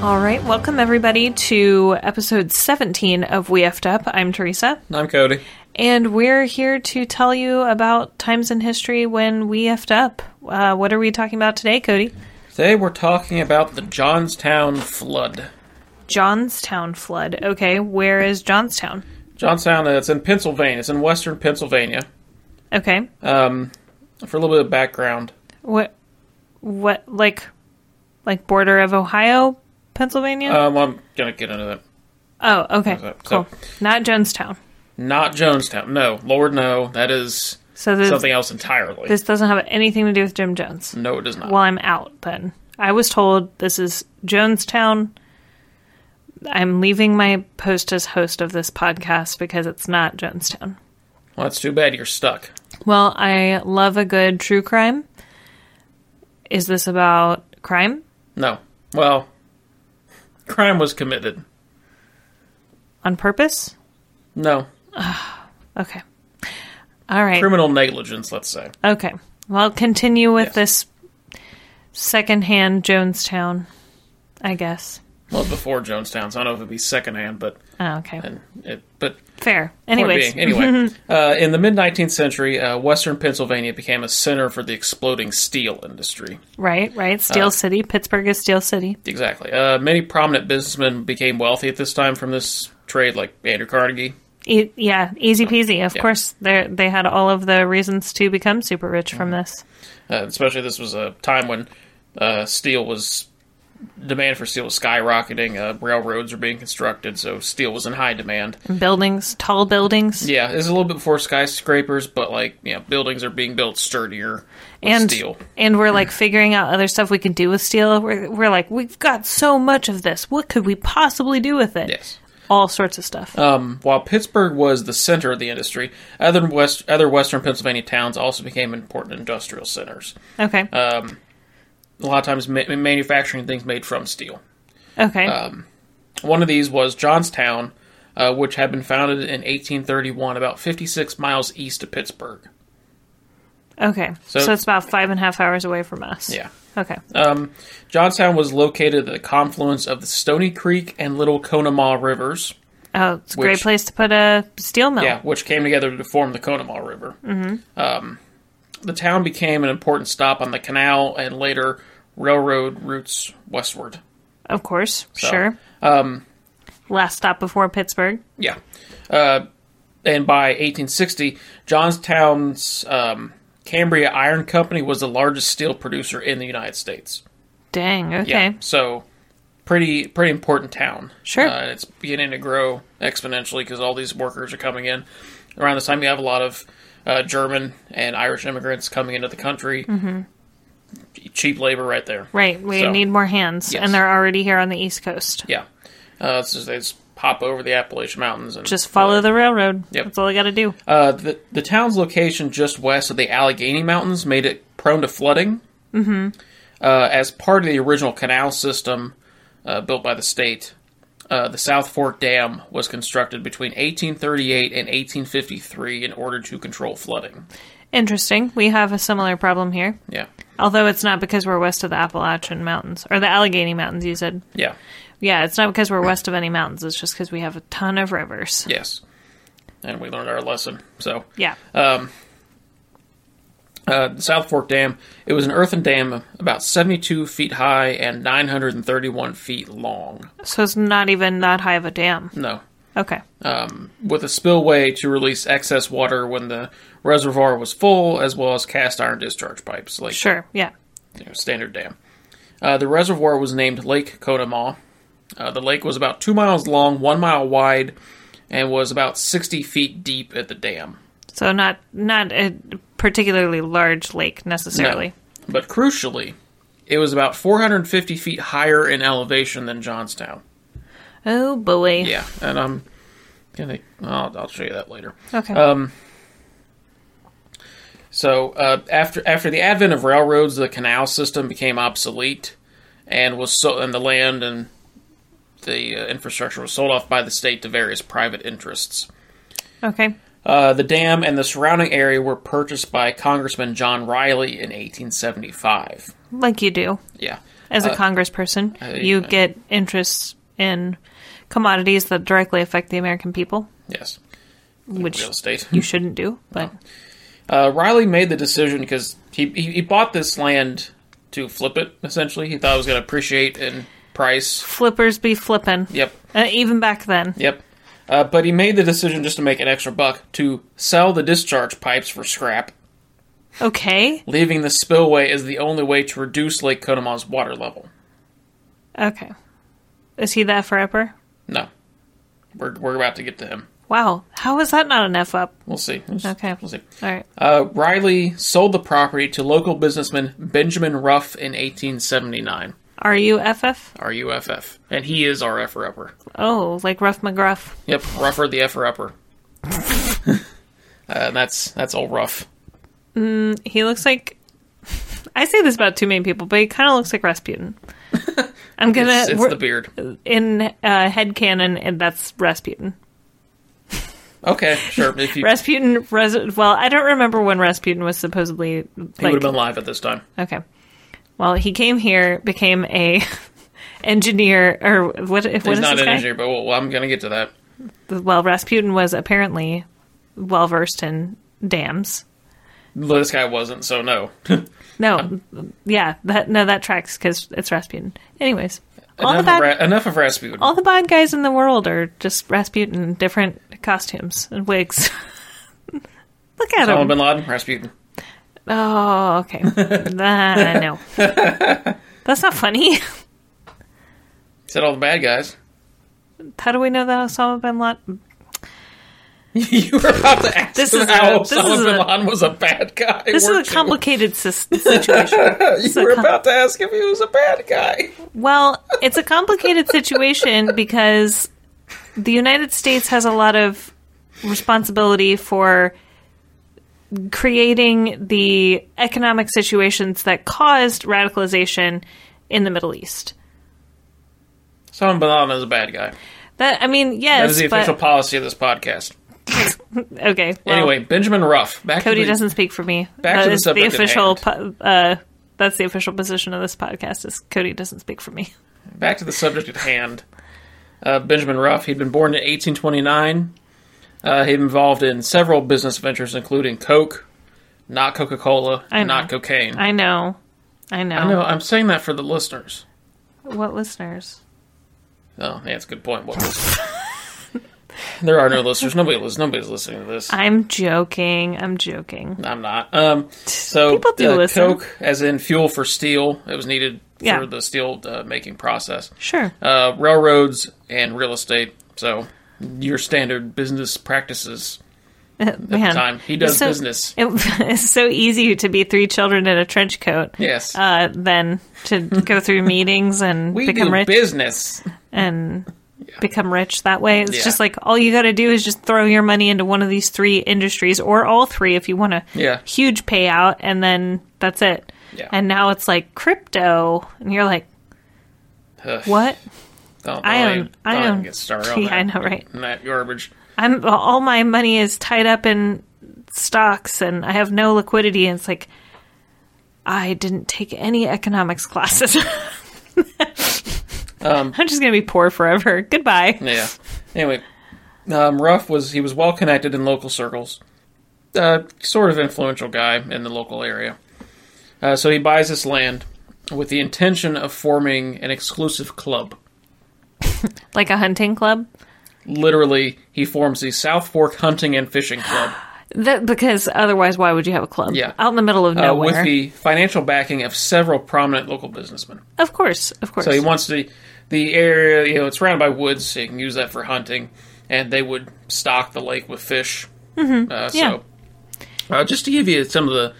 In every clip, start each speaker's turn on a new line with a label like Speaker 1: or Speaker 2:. Speaker 1: Welcome, everybody, to episode 17 of We Effed Up. I'm Teresa,
Speaker 2: I'm Cody.
Speaker 1: and we're here to tell you about times in history when we effed up. Uh, what are we talking about today, Cody?
Speaker 2: Today we're talking about the Johnstown flood.
Speaker 1: Johnstown flood. Okay, where is Johnstown?
Speaker 2: Johnstown, uh, it's in Pennsylvania. It's in western Pennsylvania.
Speaker 1: Okay,
Speaker 2: Um, for a little bit of background,
Speaker 1: what, what, like, like border of Ohio, Pennsylvania?
Speaker 2: um, I'm gonna get into that.
Speaker 1: oh, okay,
Speaker 2: uh, so-
Speaker 1: cool. Not Jonestown.
Speaker 2: Not Jonestown. No, Lord, no. That is
Speaker 1: So this,
Speaker 2: something else entirely.
Speaker 1: this doesn't have anything to do with Jim Jones.
Speaker 2: no, it is not.
Speaker 1: Well, I'm out then. I was told this is Jonestown. I'm leaving my post as host of this podcast because it's not Jonestown.
Speaker 2: Well, that's too bad. You're stuck.
Speaker 1: Well, I love a good true crime. Is this about crime?
Speaker 2: No. Well, crime was committed.
Speaker 1: On purpose?
Speaker 2: No,
Speaker 1: Okay. All right.
Speaker 2: criminal negligence. Let's say.
Speaker 1: Okay. Well, I'll continue with
Speaker 2: Yes.
Speaker 1: this secondhand Jonestown, I guess.
Speaker 2: Well, before Jonestown, so I don't know if it'd be secondhand, but
Speaker 1: Oh, okay.
Speaker 2: and it, but
Speaker 1: Fair.
Speaker 2: Point
Speaker 1: Anyways.
Speaker 2: being, anyway, uh, in the mid 19th century, uh, Western Pennsylvania became a center for the exploding steel industry.
Speaker 1: Right, right. Steel
Speaker 2: Uh,
Speaker 1: City. Pittsburgh is Steel City.
Speaker 2: Exactly. Uh, many prominent businessmen became wealthy at this time from this trade, like Andrew Carnegie.
Speaker 1: E- yeah, easy peasy. Of course, they they had all of the reasons to become super rich from this.
Speaker 2: Uh, especially, this was a time when uh, steel was demand for steel was skyrocketing. Uh, railroads were being constructed, so steel was in high demand.
Speaker 1: Mm-hmm. Buildings, tall buildings,
Speaker 2: Yeah, it's a little bit before skyscrapers, but like yeah, buildings are being built sturdier with
Speaker 1: and
Speaker 2: steel.
Speaker 1: and we're like figuring out other stuff we can do with steel. We're we're like we've got so much of this. What could we possibly do with it?
Speaker 2: Yes.
Speaker 1: All sorts of stuff.
Speaker 2: Um, while Pittsburgh was the center of the industry, other west other western Pennsylvania towns also became important industrial centers.
Speaker 1: okay.
Speaker 2: uh, A lot of times, ma- manufacturing things made from steel.
Speaker 1: okay.
Speaker 2: uh, One of these was Johnstown, uh, which had been founded in 1831, about 56 miles east of Pittsburgh.
Speaker 1: okay. So,
Speaker 2: so-
Speaker 1: it's about five and a half hours away from us.
Speaker 2: Yeah.
Speaker 1: Okay.
Speaker 2: Um, Johnstown was located at the confluence of the Stony Creek and Little Conemaugh rivers.
Speaker 1: Oh, it's a great
Speaker 2: which-
Speaker 1: place to put a steel mill.
Speaker 2: Yeah, um, which came together to form the Conemaugh River. Mm-hmm. Um, the town became an important stop on the canal and later railroad routes westward.
Speaker 1: Of course. Sure. Um, Last stop before Pittsburgh.
Speaker 2: Yeah. Uh, and by 1860, Johnstown's um, Cambria Iron Company was the largest steel producer in the United States.
Speaker 1: Dang. Okay.
Speaker 2: Yeah. So, pretty pretty important town.
Speaker 1: Sure.
Speaker 2: Uh, and it's beginning to grow exponentially because all these workers are coming in. Around this time, you have a lot of uh, German and Irish immigrants coming into the country. Cheap labor, right there.
Speaker 1: Mm-hmm. Right. We
Speaker 2: So-
Speaker 1: need more hands,
Speaker 2: Yes.
Speaker 1: and they're already here on the East Coast.
Speaker 2: Yeah. Uh, so they just pop over the Appalachian Mountains and
Speaker 1: Just follow the railroad.
Speaker 2: Yep.
Speaker 1: That's all I got to do.
Speaker 2: Uh, the, the town's location just west of the Allegheny Mountains made it prone to flooding. Mm-hmm. Uh, as part of the original canal system uh, built by the state, uh, the South Fork Dam was constructed between 1838 and 1853 in order to control flooding.
Speaker 1: Interesting. We have a similar problem here,
Speaker 2: Yeah,
Speaker 1: although it's not because we're west of the Appalachian Mountains or the Allegheny Mountains. You said,
Speaker 2: yeah,
Speaker 1: yeah, it's not because we're west of any mountains. It's just because we have a ton of rivers.
Speaker 2: yes. And we learned our lesson. So,
Speaker 1: Yeah.
Speaker 2: uh, the South Fork Dam, it was an earthen dam about 72 feet high and 931 feet long.
Speaker 1: so it's not even that high of a dam.
Speaker 2: No,
Speaker 1: Okay.
Speaker 2: with a spillway to release excess water when the reservoir was full, as well as cast iron discharge pipes, like
Speaker 1: Sure. Yeah.
Speaker 2: you know, standard dam. Uh, the reservoir was named Lake Conemaugh. Uh, the lake was about two miles long, one mile wide, and was about 60 feet deep at the dam.
Speaker 1: So not not a particularly large lake
Speaker 2: No.
Speaker 1: necessarily.
Speaker 2: But crucially, it was about 450 feet higher in elevation than Johnstown.
Speaker 1: Oh boy.
Speaker 2: Yeah, and I'm gonna. I'll, I'll show you that later.
Speaker 1: Okay.
Speaker 2: Um, So uh, after after the advent of railroads, the canal system became obsolete, and was so and the land and the uh, infrastructure was sold off by the state to various private interests.
Speaker 1: okay.
Speaker 2: Uh, the dam and the surrounding area were purchased by Congressman John Riley in 1875.
Speaker 1: Like you do.
Speaker 2: Yeah, Uh,
Speaker 1: As a congressperson, you get interests in commodities that directly affect the American people,
Speaker 2: Yes.
Speaker 1: which
Speaker 2: Real estate.
Speaker 1: you shouldn't do. But
Speaker 2: Uh, Riley made the decision because he, he he bought this land to flip it. Essentially, he thought it was going to appreciate in price.
Speaker 1: flippers be flippin'.
Speaker 2: Yep,
Speaker 1: Uh, even back then.
Speaker 2: yep. Uh, but he made the decision just to make an extra buck to sell the discharge pipes for scrap,
Speaker 1: Okay.
Speaker 2: leaving the spillway as the only way to reduce Lake Conemaug's water level.
Speaker 1: Okay. Is he the effer upper?
Speaker 2: No, we're we're about to get to him.
Speaker 1: Wow. How is that not an F up?
Speaker 2: We'll see. We'll s-
Speaker 1: Okay.
Speaker 2: we'll see.
Speaker 1: All right.
Speaker 2: Uh, Riley sold the property to local businessman Benjamin Ruff in 1879.
Speaker 1: Are you FF?
Speaker 2: RUFF, and he is our effer upper.
Speaker 1: Oh, like Ruff McGruff.
Speaker 2: Yep, rougher the effer upper. uh, that's that's all rough.
Speaker 1: He looks like. I say this about too many people, but he kind of looks like Rasputin. I'm gonna
Speaker 2: It's, it's
Speaker 1: we're-
Speaker 2: the beard.
Speaker 1: in uh, headcanon, and that's Rasputin.
Speaker 2: Okay, sure. If you,
Speaker 1: Rasputin, res- well, I don't remember when Rasputin was supposedly.
Speaker 2: he would
Speaker 1: Like,
Speaker 2: have been live at this time.
Speaker 1: okay, well, he came here, became a engineer, or what? If what
Speaker 2: He's
Speaker 1: is
Speaker 2: not
Speaker 1: this
Speaker 2: an
Speaker 1: guy?
Speaker 2: engineer, but well, I'm gonna get to that.
Speaker 1: Well, Rasputin was apparently well versed in dams.
Speaker 2: Well, This guy wasn't, so no.
Speaker 1: No, yeah, that no, that tracks because it's Rasputin. Anyways, all the
Speaker 2: enough,
Speaker 1: bad
Speaker 2: of Ra- enough of Rasputin.
Speaker 1: all the bad guys in the world are just Rasputin in different costumes and wigs. Look at
Speaker 2: Osama
Speaker 1: him.
Speaker 2: bin Laden, Rasputin.
Speaker 1: Oh, okay. Nah, no. That's not funny.
Speaker 2: Said all the bad guys.
Speaker 1: How do we know that Osama bin Laden?
Speaker 2: you were about to ask
Speaker 1: This
Speaker 2: him
Speaker 1: is
Speaker 2: how
Speaker 1: a- this
Speaker 2: Osama
Speaker 1: is
Speaker 2: bin
Speaker 1: a-
Speaker 2: Laden was a bad guy.
Speaker 1: This is a
Speaker 2: weren't you?
Speaker 1: complicated sis- situation.
Speaker 2: You were
Speaker 1: com-
Speaker 2: about to ask if he was a bad guy.
Speaker 1: Well, it's a complicated situation because the United States has a lot of responsibility for creating the economic situations that caused radicalization in the Middle East.
Speaker 2: Osama bin Laden is a bad guy.
Speaker 1: That I mean,
Speaker 2: That
Speaker 1: yes,
Speaker 2: is the
Speaker 1: but
Speaker 2: official policy of this podcast.
Speaker 1: okay. well-
Speaker 2: anyway, Benjamin Ruff. Back
Speaker 1: Cody
Speaker 2: to the,
Speaker 1: doesn't speak for me.
Speaker 2: Back to the
Speaker 1: is
Speaker 2: subject at
Speaker 1: official. po- uh, that's the official position of this podcast. Is Cody doesn't speak for me.
Speaker 2: Back to the subject at hand. Uh, Benjamin Ruff. He'd been born in 1829. Uh, he'd been involved in several business ventures, including Coke, not Coca Cola,
Speaker 1: I know.
Speaker 2: not cocaine. I,
Speaker 1: I know, I know.
Speaker 2: know. I'm saying that for the listeners.
Speaker 1: What listeners?
Speaker 2: Oh, yeah, that's a good point. What listeners? there are no listeners. Nobody listens. Nobody's listening to this.
Speaker 1: I'm joking. I'm joking.
Speaker 2: I'm not. Um, so
Speaker 1: People do
Speaker 2: uh,
Speaker 1: listen.
Speaker 2: Coke, as in fuel for steel, it was needed
Speaker 1: Yeah.
Speaker 2: for the steel uh, making process.
Speaker 1: Sure.
Speaker 2: uh, railroads and real estate. So your standard business practices.
Speaker 1: Uh, Man,
Speaker 2: time. He does
Speaker 1: it's so-
Speaker 2: business.
Speaker 1: It, it's so easy to be three children in a trench coat.
Speaker 2: Yes,
Speaker 1: Uh, than to go through meetings and
Speaker 2: we
Speaker 1: become
Speaker 2: do
Speaker 1: rich
Speaker 2: business.
Speaker 1: and become rich that way. It's
Speaker 2: Yeah.
Speaker 1: just like all you got to do is just throw your money into one of these three industries or all three if you want to
Speaker 2: Yeah,
Speaker 1: huge payout and then that's it.
Speaker 2: yeah.
Speaker 1: And now it's like crypto and you're like,
Speaker 2: Ugh,
Speaker 1: what?
Speaker 2: Don't,
Speaker 1: I
Speaker 2: don't
Speaker 1: own-
Speaker 2: even-
Speaker 1: I
Speaker 2: don't even
Speaker 1: own-
Speaker 2: Get started on
Speaker 1: Yeah,
Speaker 2: that,
Speaker 1: I know, right?
Speaker 2: on That garbage.
Speaker 1: I'm all my money is tied up in stocks and I have no liquidity and it's like I didn't take any economics classes.
Speaker 2: Um,
Speaker 1: I'm just going to be poor forever. Goodbye.
Speaker 2: Yeah. Anyway, um, Ruff was he was well connected in local circles, uh, sort of influential guy in the local area. Uh, so he buys this land with the intention of forming an exclusive club.
Speaker 1: Like a hunting club.
Speaker 2: Literally, he forms the South Fork Hunting and Fishing Club.
Speaker 1: That, because otherwise, why would you have a club?
Speaker 2: Yeah.
Speaker 1: Out in the middle of
Speaker 2: uh,
Speaker 1: nowhere.
Speaker 2: with the financial backing of several prominent local businessmen.
Speaker 1: of course. Of course.
Speaker 2: So he wants the the area, you know, it's surrounded by woods, so you can use that for hunting, and they would stock the lake with fish. Mm-hmm. Uh, so,
Speaker 1: Yeah.
Speaker 2: uh, just to give you some of the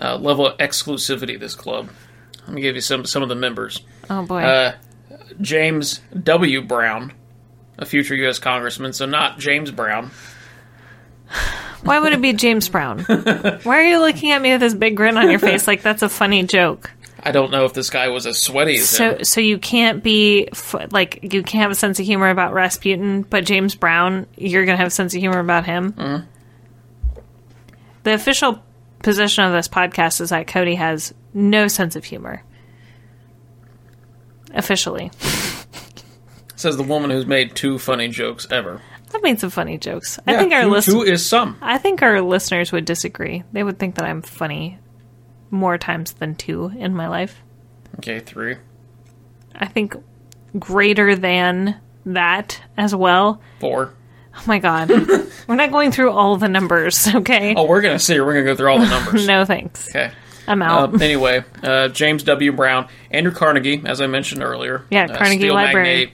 Speaker 2: uh, level of exclusivity of this club, let me give you some some of the members.
Speaker 1: oh, boy.
Speaker 2: Uh, James W. Brown, a future U.S. congressman, so not James Brown.
Speaker 1: Why would it be James Brown? Why are you looking at me with this big grin on your face like that's a funny joke?
Speaker 2: I don't know if this guy was as sweaty as him.
Speaker 1: So, so you can't be f- like you can't have a sense of humor about Rasputin, but James Brown, you're gonna have a sense of humor about him.
Speaker 2: Mm-hmm.
Speaker 1: The official position of this podcast is that Cody has no sense of humor. Officially,
Speaker 2: Says the woman who's made two funny jokes ever.
Speaker 1: I've made some funny jokes. I
Speaker 2: Yeah,
Speaker 1: think our
Speaker 2: two,
Speaker 1: list-
Speaker 2: two is some.
Speaker 1: I think our listeners would disagree. They would think that I'm funny more times than two in my life.
Speaker 2: Okay, three.
Speaker 1: I think greater than that as well.
Speaker 2: Four.
Speaker 1: Oh my god. We're not going through all the numbers, okay?
Speaker 2: Oh, we're gonna see. We're gonna go through all the numbers.
Speaker 1: No thanks.
Speaker 2: Okay.
Speaker 1: I'm out.
Speaker 2: Uh, anyway, uh, James W. Brown, Andrew Carnegie, as I mentioned earlier.
Speaker 1: Yeah,
Speaker 2: uh,
Speaker 1: Carnegie
Speaker 2: steel
Speaker 1: Library.
Speaker 2: magnate,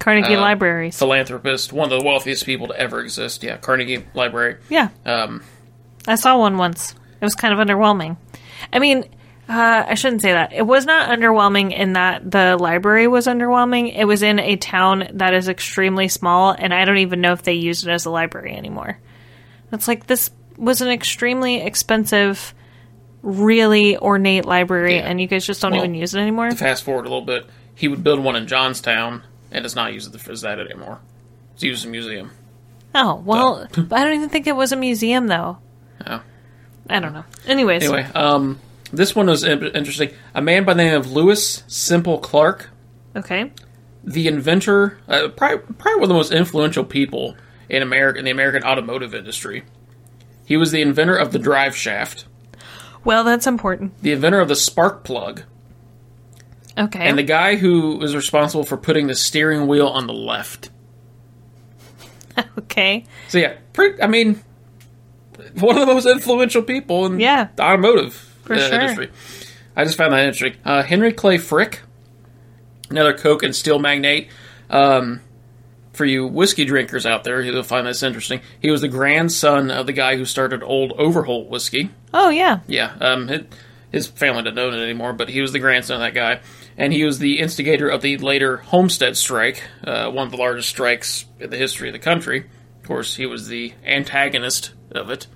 Speaker 1: Carnegie
Speaker 2: uh,
Speaker 1: Libraries.
Speaker 2: philanthropist, one of the wealthiest people to ever exist. Yeah, Carnegie Library.
Speaker 1: Yeah.
Speaker 2: Um,
Speaker 1: I saw one once. It was kind of underwhelming. I mean, uh, I shouldn't say that. It was not underwhelming in that the library was underwhelming. It was in a town that is extremely small, and I don't even know if they used it as a library anymore. It's like this was an extremely expensive, really ornate library,
Speaker 2: Yeah.
Speaker 1: and you guys just don't
Speaker 2: Well,
Speaker 1: even use it anymore.
Speaker 2: fast forward a little bit, he would build one in Johnstown and does not use it for that anymore. It's used as a museum.
Speaker 1: oh, well, I don't even think it was a museum, though.
Speaker 2: Oh.
Speaker 1: I don't know. Anyways,
Speaker 2: Anyway, um, this one was in- interesting. A man by the name of Lewis Simple Clark,
Speaker 1: okay.
Speaker 2: the inventor, uh, probably, probably one of the most influential people in America in the American automotive industry. He was the inventor of the drive shaft,
Speaker 1: Well, that's important.
Speaker 2: the inventor of the spark plug,
Speaker 1: Okay.
Speaker 2: and the guy who was responsible for putting the steering wheel on the left.
Speaker 1: okay.
Speaker 2: So yeah, pretty, I mean, one of the most influential people in
Speaker 1: Yeah.
Speaker 2: the automotive uh,
Speaker 1: sure.
Speaker 2: industry. I just found that interesting. Uh, Henry Clay Frick, another Coke and steel magnate. Um, for you whiskey drinkers out there, you'll find this interesting. He was the grandson of the guy who started Old Overholt Whiskey.
Speaker 1: Oh, yeah.
Speaker 2: Yeah, um, hi- his family didn't own it anymore, but he was the grandson of that guy, and he was the instigator of the later Homestead Strike, uh, one of the largest strikes in the history of the country. Of course, he was the antagonist of it,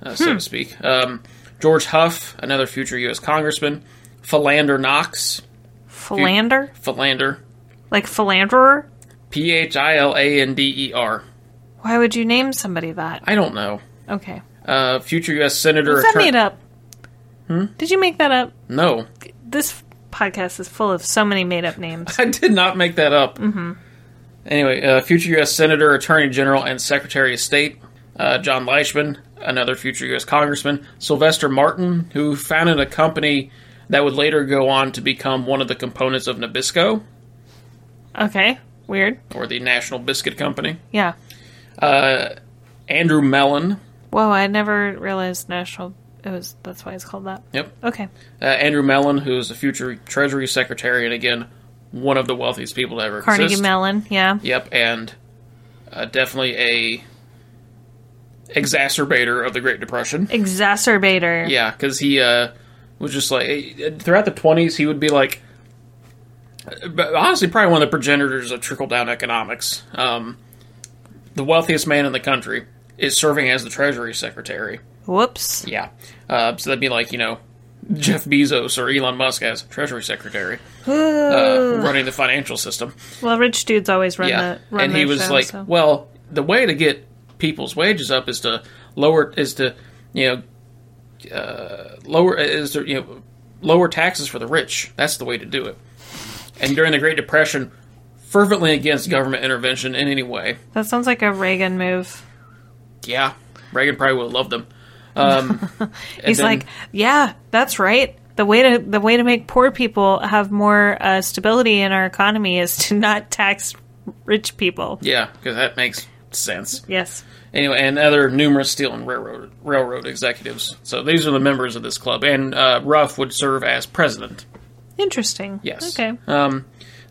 Speaker 2: uh, so to speak. Um, George Huff, another future U.S. congressman, Philander Knox,
Speaker 1: Philander?
Speaker 2: Philander,
Speaker 1: Like philanderer?
Speaker 2: P H I L A N D E R.
Speaker 1: Why would you name somebody that?
Speaker 2: I don't know.
Speaker 1: Okay.
Speaker 2: Uh, future U.S. senator.
Speaker 1: Was that
Speaker 2: attorney-
Speaker 1: made up? Hmm? Did you make that up?
Speaker 2: No,
Speaker 1: This podcast is full of so many made up names.
Speaker 2: I did not make that up. Mm-hmm. Anyway, uh, future U.S. Senator, Attorney General, and Secretary of State, uh, John Leishman, another future U.S. Congressman, Sylvester Martin, who founded a company that would later go on to become one of the components of Nabisco,
Speaker 1: Okay. Weird.
Speaker 2: or the National Biscuit Company,
Speaker 1: Yeah.
Speaker 2: Andrew Mellon,
Speaker 1: Whoa, I never realized National. It was. That's why it's called that.
Speaker 2: yep,
Speaker 1: Okay.
Speaker 2: uh, Andrew Mellon, who is the future Treasury Secretary, and again, one of the wealthiest people to ever
Speaker 1: Carnegie
Speaker 2: exist.
Speaker 1: Mellon. Yeah.
Speaker 2: Yep, and uh, definitely a exacerbator of the Great Depression.
Speaker 1: Exacerbator.
Speaker 2: Yeah, because he uh, was just like eh, throughout the twenties, he would be like, but honestly, probably one of the progenitors of trickle down economics. Um, the wealthiest man in the country is serving as the Treasury Secretary.
Speaker 1: Whoops.
Speaker 2: Yeah, uh, so that'd be like you know. Jeff Bezos or Elon Musk as Treasury Secretary, uh, running the financial system.
Speaker 1: Well, rich dudes always run
Speaker 2: Yeah,
Speaker 1: the. Run
Speaker 2: and he
Speaker 1: their
Speaker 2: was
Speaker 1: show,
Speaker 2: like,
Speaker 1: so-
Speaker 2: "Well, the way to get people's wages up is to lower is to you know uh, lower is to you know lower taxes for the rich. That's the way to do it." And during the Great Depression, fervently against government intervention in any way.
Speaker 1: that sounds like a Reagan move.
Speaker 2: Yeah, Reagan probably would have loved them. Um, and
Speaker 1: He's
Speaker 2: then-
Speaker 1: like, yeah, that's right. The way to the way to make poor people have more uh, stability in our economy is to not tax rich people.
Speaker 2: "Yeah, because that makes sense."
Speaker 1: Yes.
Speaker 2: Anyway, and other numerous steel and railroad railroad executives. So these are the members of this club, and uh, Ruff would serve as president.
Speaker 1: Interesting.
Speaker 2: Yes.
Speaker 1: Okay.
Speaker 2: Um,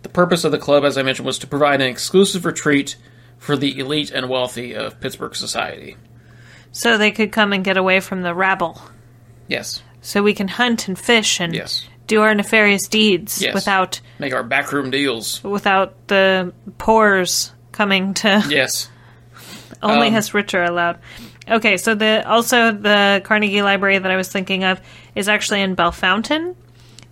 Speaker 2: the purpose of the club, as I mentioned, was to provide an exclusive retreat for the elite and wealthy of Pittsburgh society.
Speaker 1: So they could come and get away from the rabble.
Speaker 2: Yes.
Speaker 1: So we can hunt and fish and
Speaker 2: Yes.
Speaker 1: do our nefarious deeds
Speaker 2: Yes.
Speaker 1: without
Speaker 2: Make our backroom deals.
Speaker 1: without the poors coming to
Speaker 2: Yes.
Speaker 1: Only
Speaker 2: Um,
Speaker 1: his rich are allowed. Okay, so the also the Carnegie Library that I was thinking of is actually in Bellefontaine.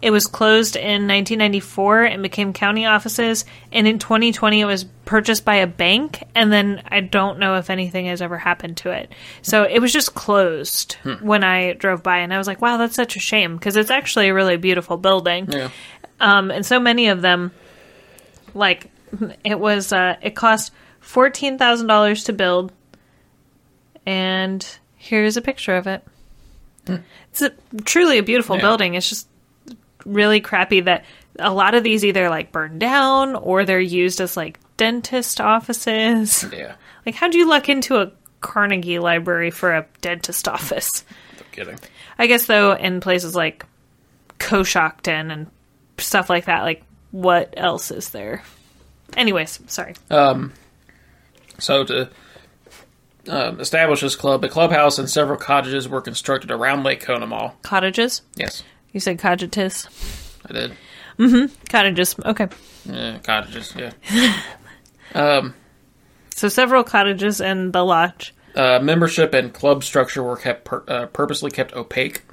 Speaker 1: It was closed in 1994 and became county offices, and in 2020 it was purchased by a bank. And then I don't know if anything has ever happened to it. So it was just closed when I drove by, and I was like, "Wow, that's such a shame," because it's actually a really beautiful building
Speaker 2: Yeah.
Speaker 1: um, and so many of them like It was uh, it cost fourteen thousand dollars to build, and here's a picture of it. It's a, truly a beautiful
Speaker 2: Yeah.
Speaker 1: building. It's just really crappy that a lot of these either like burn down or they're used as like dentist offices.
Speaker 2: Yeah,
Speaker 1: Like, how do you luck into a Carnegie Library for a dentist office?
Speaker 2: no kidding.
Speaker 1: I guess though in places like Coshocton and stuff like that, like what else is there? Anyways, sorry.
Speaker 2: Uh, So to um, establish this club, a clubhouse and several cottages were constructed around Lake Conemaugh.
Speaker 1: Cottages?
Speaker 2: Yes,
Speaker 1: You said cottages.
Speaker 2: I did.
Speaker 1: Cottages. Okay.
Speaker 2: Yeah, cottages. Yeah.
Speaker 1: So several cottages and the lodge.
Speaker 2: Uh, membership and club structure were kept per- uh, purposely kept opaque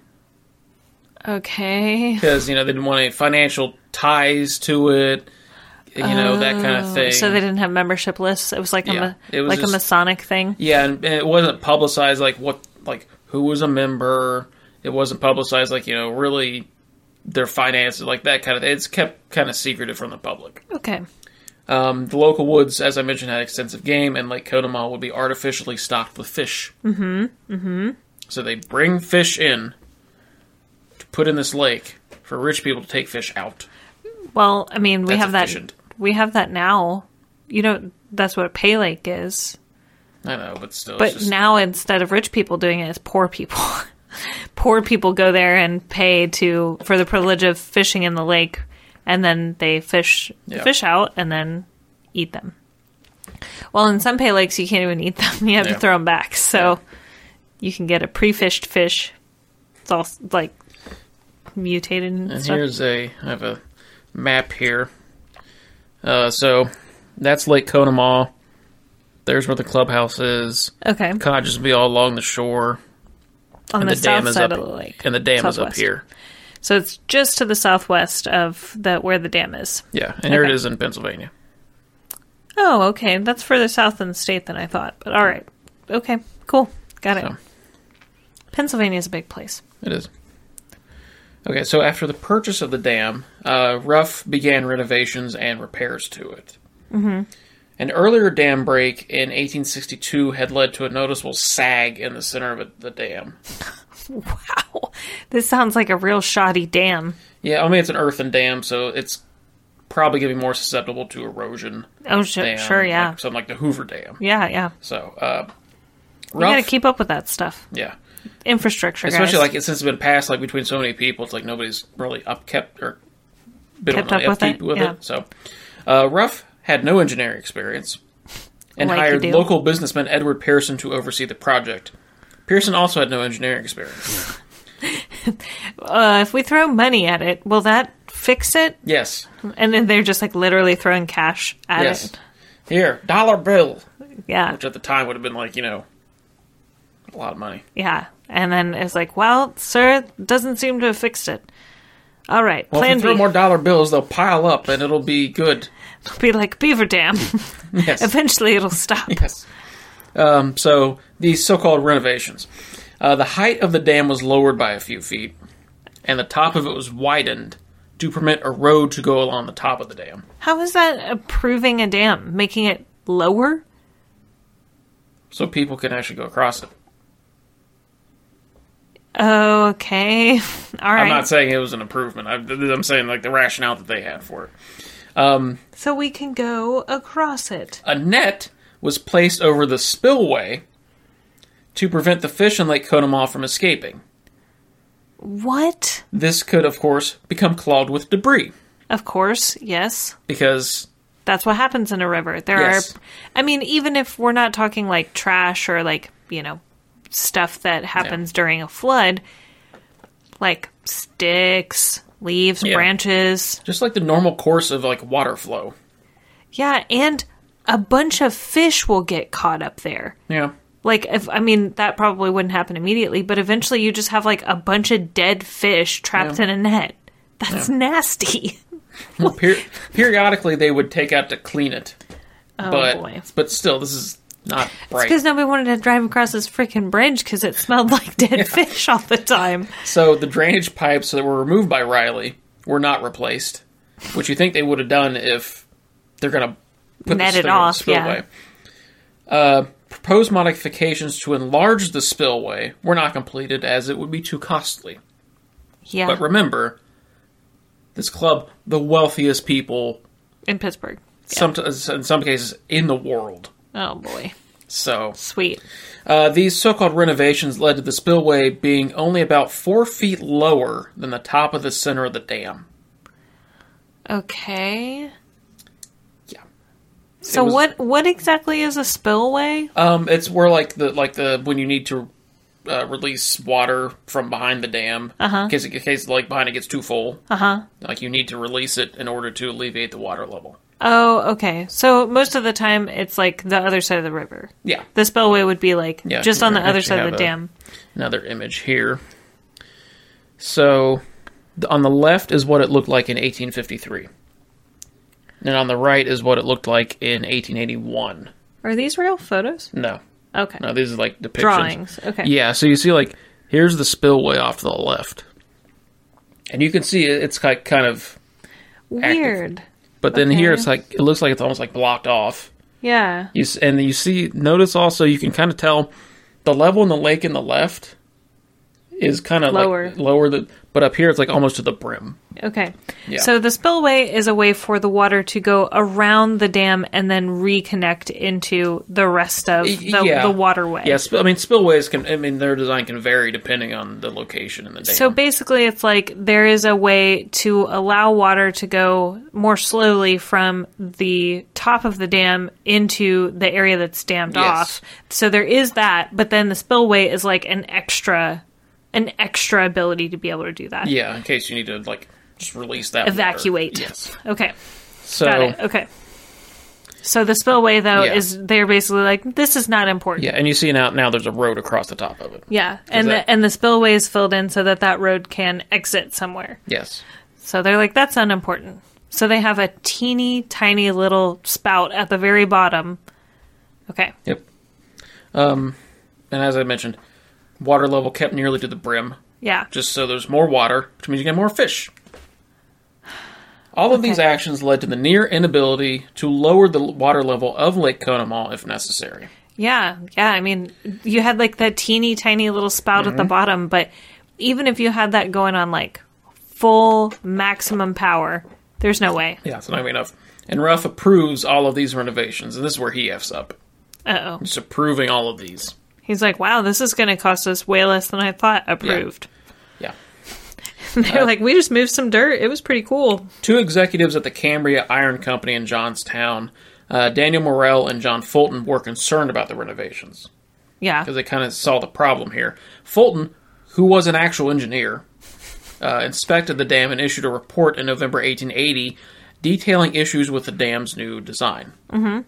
Speaker 1: Okay.
Speaker 2: because you know they didn't want any financial ties to it. You know that kind of thing.
Speaker 1: So they didn't have membership lists. It was like a
Speaker 2: Yeah.
Speaker 1: ma-
Speaker 2: It was
Speaker 1: like
Speaker 2: just-
Speaker 1: a Masonic thing.
Speaker 2: Yeah, and, and it wasn't publicized like what like who was a member. It wasn't publicized like you know really their finances like that kind of. It's kept kind of secretive from the public.
Speaker 1: Okay.
Speaker 2: Um, the local woods, as I mentioned, had extensive game, and Lake Conemaugh would be artificially stocked with fish. Mm-hmm. Mm-hmm. So they bring fish in to put in this lake for rich people to take fish out.
Speaker 1: Well, I mean, we
Speaker 2: That's
Speaker 1: have
Speaker 2: efficient.
Speaker 1: that. We have that now. You know, that's what Pay Lake is.
Speaker 2: I know, but still,
Speaker 1: But
Speaker 2: it's just,
Speaker 1: now instead of rich people doing it, it's poor people. poor people go there and pay to for the privilege of fishing in the lake, and then they fish
Speaker 2: Yeah.
Speaker 1: fish out and then eat them. Well, in some pay lakes, you can't even eat them; you have
Speaker 2: Yeah.
Speaker 1: to throw them back. So you can get a pre-fished fish. It's all like mutated and,
Speaker 2: And
Speaker 1: stuff.
Speaker 2: here's a I have a map here. Uh, so that's Lake Conemaugh. There's where the clubhouse is.
Speaker 1: okay,
Speaker 2: Cottages will be all along the shore,
Speaker 1: on
Speaker 2: and
Speaker 1: the,
Speaker 2: the, dam
Speaker 1: south
Speaker 2: is
Speaker 1: side
Speaker 2: up,
Speaker 1: of the lake,
Speaker 2: and the dam is up
Speaker 1: Southwest.
Speaker 2: here.
Speaker 1: So it's just to the southwest of the where the dam is.
Speaker 2: Yeah, and here it
Speaker 1: Okay.
Speaker 2: is in Pennsylvania.
Speaker 1: Oh, okay. That's further south in the state than I thought. But all right. Okay. Cool. Got it.
Speaker 2: So.
Speaker 1: Pennsylvania's a big place.
Speaker 2: It is. Okay, so after the purchase of the dam, uh, Ruff began renovations and repairs to it.
Speaker 1: Mm-hmm.
Speaker 2: An earlier dam break in 1862 had led to a noticeable sag in the center of it- the dam.
Speaker 1: Wow. This sounds like a real shoddy dam.
Speaker 2: Yeah, I mean, it's an earthen dam, so it's probably going to be more susceptible to erosion.
Speaker 1: Oh, sure.
Speaker 2: Than,
Speaker 1: sure. Yeah.
Speaker 2: Like, something like the Hoover Dam.
Speaker 1: yeah. Yeah.
Speaker 2: So, uh,
Speaker 1: You got to
Speaker 2: Ruff.
Speaker 1: keep up with that stuff.
Speaker 2: yeah.
Speaker 1: Infrastructure,
Speaker 2: Especially
Speaker 1: guys.
Speaker 2: like since it's been passed like between so many people, it's like nobody's really upkept or been
Speaker 1: Kept
Speaker 2: on the
Speaker 1: up with
Speaker 2: upkeep
Speaker 1: it, yeah.
Speaker 2: So uh, Ruff had no engineering experience and
Speaker 1: Like you
Speaker 2: hired
Speaker 1: do.
Speaker 2: local businessman Edward Pearson to oversee the project. Pearson also had no engineering experience.
Speaker 1: uh, if we throw money at it, will that fix it?
Speaker 2: Yes,
Speaker 1: And then they're just like literally throwing cash at
Speaker 2: yes.
Speaker 1: it.
Speaker 2: Here, dollar bill,
Speaker 1: Yeah.
Speaker 2: which at the time would have been like you know a lot of money.
Speaker 1: Yeah. And then it's like, well, sir, doesn't seem to have fixed it. All right.
Speaker 2: Well,
Speaker 1: plan
Speaker 2: if you throw
Speaker 1: B.
Speaker 2: more dollar bills, they'll pile up and it'll be good.
Speaker 1: Be like Beaver Dam.
Speaker 2: Yes.
Speaker 1: Eventually it'll stop.
Speaker 2: Yes. Um, so these so-called renovations, uh, the height of the dam was lowered by a few feet, and the top of it was widened to permit a road to go along the top of the dam.
Speaker 1: How is that approving a dam? Making it lower?
Speaker 2: So people can actually go across it.
Speaker 1: Okay. All
Speaker 2: I'm
Speaker 1: right.
Speaker 2: not saying it was an improvement. I, I'm saying like the rationale that they had for it.
Speaker 1: so we can go across it.
Speaker 2: A net was placed over the spillway to prevent the fish in Lake Conemaugh from escaping.
Speaker 1: What?
Speaker 2: This could, of course, become clogged with debris
Speaker 1: Of course. Yes.
Speaker 2: because
Speaker 1: That's what happens in a river. There
Speaker 2: Yes.
Speaker 1: are I mean, even if we're not talking like trash or like, you know, stuff that happens during a flood, like sticks, leaves,
Speaker 2: Yeah.
Speaker 1: branches,
Speaker 2: just like the normal course of like water flow.
Speaker 1: Yeah, and a bunch of fish will get caught up there.
Speaker 2: Yeah.
Speaker 1: Like if I mean that probably wouldn't happen immediately, but eventually you just have like a bunch of dead fish trapped
Speaker 2: Yeah.
Speaker 1: in a net. That's nasty.
Speaker 2: Per- periodically, they would take out to clean it,
Speaker 1: Oh
Speaker 2: but
Speaker 1: boy.
Speaker 2: but still, this is not right.
Speaker 1: Because nobody wanted to drive across this freaking bridge because it smelled like dead fish all the time.
Speaker 2: So the drainage pipes that were removed by Riley were not replaced, which you think they would have done if they're going to put
Speaker 1: Net
Speaker 2: the
Speaker 1: it
Speaker 2: stig-
Speaker 1: off,
Speaker 2: spillway. Uh, proposed modifications to enlarge the spillway were not completed as it would be too costly.
Speaker 1: Yeah.
Speaker 2: But remember, this club, the wealthiest people,
Speaker 1: in Pittsburgh.
Speaker 2: some in some cases in the world.
Speaker 1: Oh boy.
Speaker 2: So
Speaker 1: Sweet.
Speaker 2: Uh, these so called renovations led to the spillway being only about four feet lower than the top of the center of the dam.
Speaker 1: Okay.
Speaker 2: Yeah.
Speaker 1: So
Speaker 2: It was-
Speaker 1: what what exactly is a spillway?
Speaker 2: Um, it's where like the like the when you need to uh, release water from behind the dam
Speaker 1: Uh-huh.
Speaker 2: in case it, in case like behind it gets too full,
Speaker 1: Uh huh.
Speaker 2: like you need to release it in order to alleviate the water level.
Speaker 1: Oh, okay. So most of the time it's like the other side of the river.
Speaker 2: Yeah.
Speaker 1: The spillway would be like
Speaker 2: Yeah,
Speaker 1: just on the
Speaker 2: you
Speaker 1: other
Speaker 2: actually
Speaker 1: side of the
Speaker 2: have a-
Speaker 1: dam.
Speaker 2: Another image here. So th- on the left is what it looked like in 1853. And on the right is what it looked like in 1881.
Speaker 1: Are these real photos?
Speaker 2: No,
Speaker 1: Okay.
Speaker 2: No, these are like depictions.
Speaker 1: Drawings. Okay.
Speaker 2: Yeah, so you see like here's the spillway off to the left. And you can see it- it's like kind of
Speaker 1: Weird.
Speaker 2: but then here
Speaker 1: Okay.
Speaker 2: it's like it looks like it's almost like blocked off.
Speaker 1: Yeah.
Speaker 2: You s- and you see notice also you can kind of tell the level in the lake in the left is kind of
Speaker 1: Lower.
Speaker 2: like lower than but up here it's like almost to the brim.
Speaker 1: Okay.
Speaker 2: Yeah.
Speaker 1: So the spillway is a way for the water to go around the dam and then reconnect into the rest of
Speaker 2: Y-
Speaker 1: the,
Speaker 2: yeah.
Speaker 1: the waterway.
Speaker 2: Yeah, sp- I mean spillways can I mean their design can vary depending on the location in the dam.
Speaker 1: So basically, it's like there is a way to allow water to go more slowly from the top of the dam into the area that's dammed
Speaker 2: Yes.
Speaker 1: off. So there is that, but then the spillway is like an extra, an extra ability to be able to do that.
Speaker 2: yeah, in case you need to like just release that water.
Speaker 1: Evacuate.
Speaker 2: Yes.
Speaker 1: Okay.
Speaker 2: So
Speaker 1: Got it. Okay. So the spillway though
Speaker 2: Yeah.
Speaker 1: is they're basically like this is not important.
Speaker 2: Yeah, and you see now now there's a road across the top of it.
Speaker 1: Yeah. And
Speaker 2: that-
Speaker 1: the and the spillway is filled in so that that road can exit somewhere.
Speaker 2: Yes.
Speaker 1: So they're like that's unimportant. So they have a teeny tiny little spout at the very bottom. Okay.
Speaker 2: Yep. Um, and as I mentioned, water level kept nearly to the brim,
Speaker 1: Yeah.
Speaker 2: just so there's more water, which means you get more fish. All of these
Speaker 1: Okay.
Speaker 2: actions led to the near inability to lower the l- water level of Lake Conemaugh if necessary.
Speaker 1: Yeah. Yeah, I mean, you had like that teeny tiny little spout
Speaker 2: Mm-hmm.
Speaker 1: at the bottom, but even if you had that going on like full maximum power, there's no way.
Speaker 2: Yeah, so not gonna be enough. And Ruff approves all of these renovations, and this is where he f's up.
Speaker 1: Uh-oh.
Speaker 2: Just approving all of these.
Speaker 1: He's like, "Wow, this is going to cost us way less than I thought." Approved.
Speaker 2: Yeah. Uh,
Speaker 1: They're like, "We just moved some dirt. It was pretty cool."
Speaker 2: two executives at the Cambria Iron Company in Johnstown, uh, Daniel Morell and John Fulton, were concerned about the renovations
Speaker 1: Yeah.
Speaker 2: because they kind of saw the problem here. Fulton, who was an actual engineer, uh, inspected the dam and issued a report in November 1880 detailing issues with the dam's new design. Mm-hmm.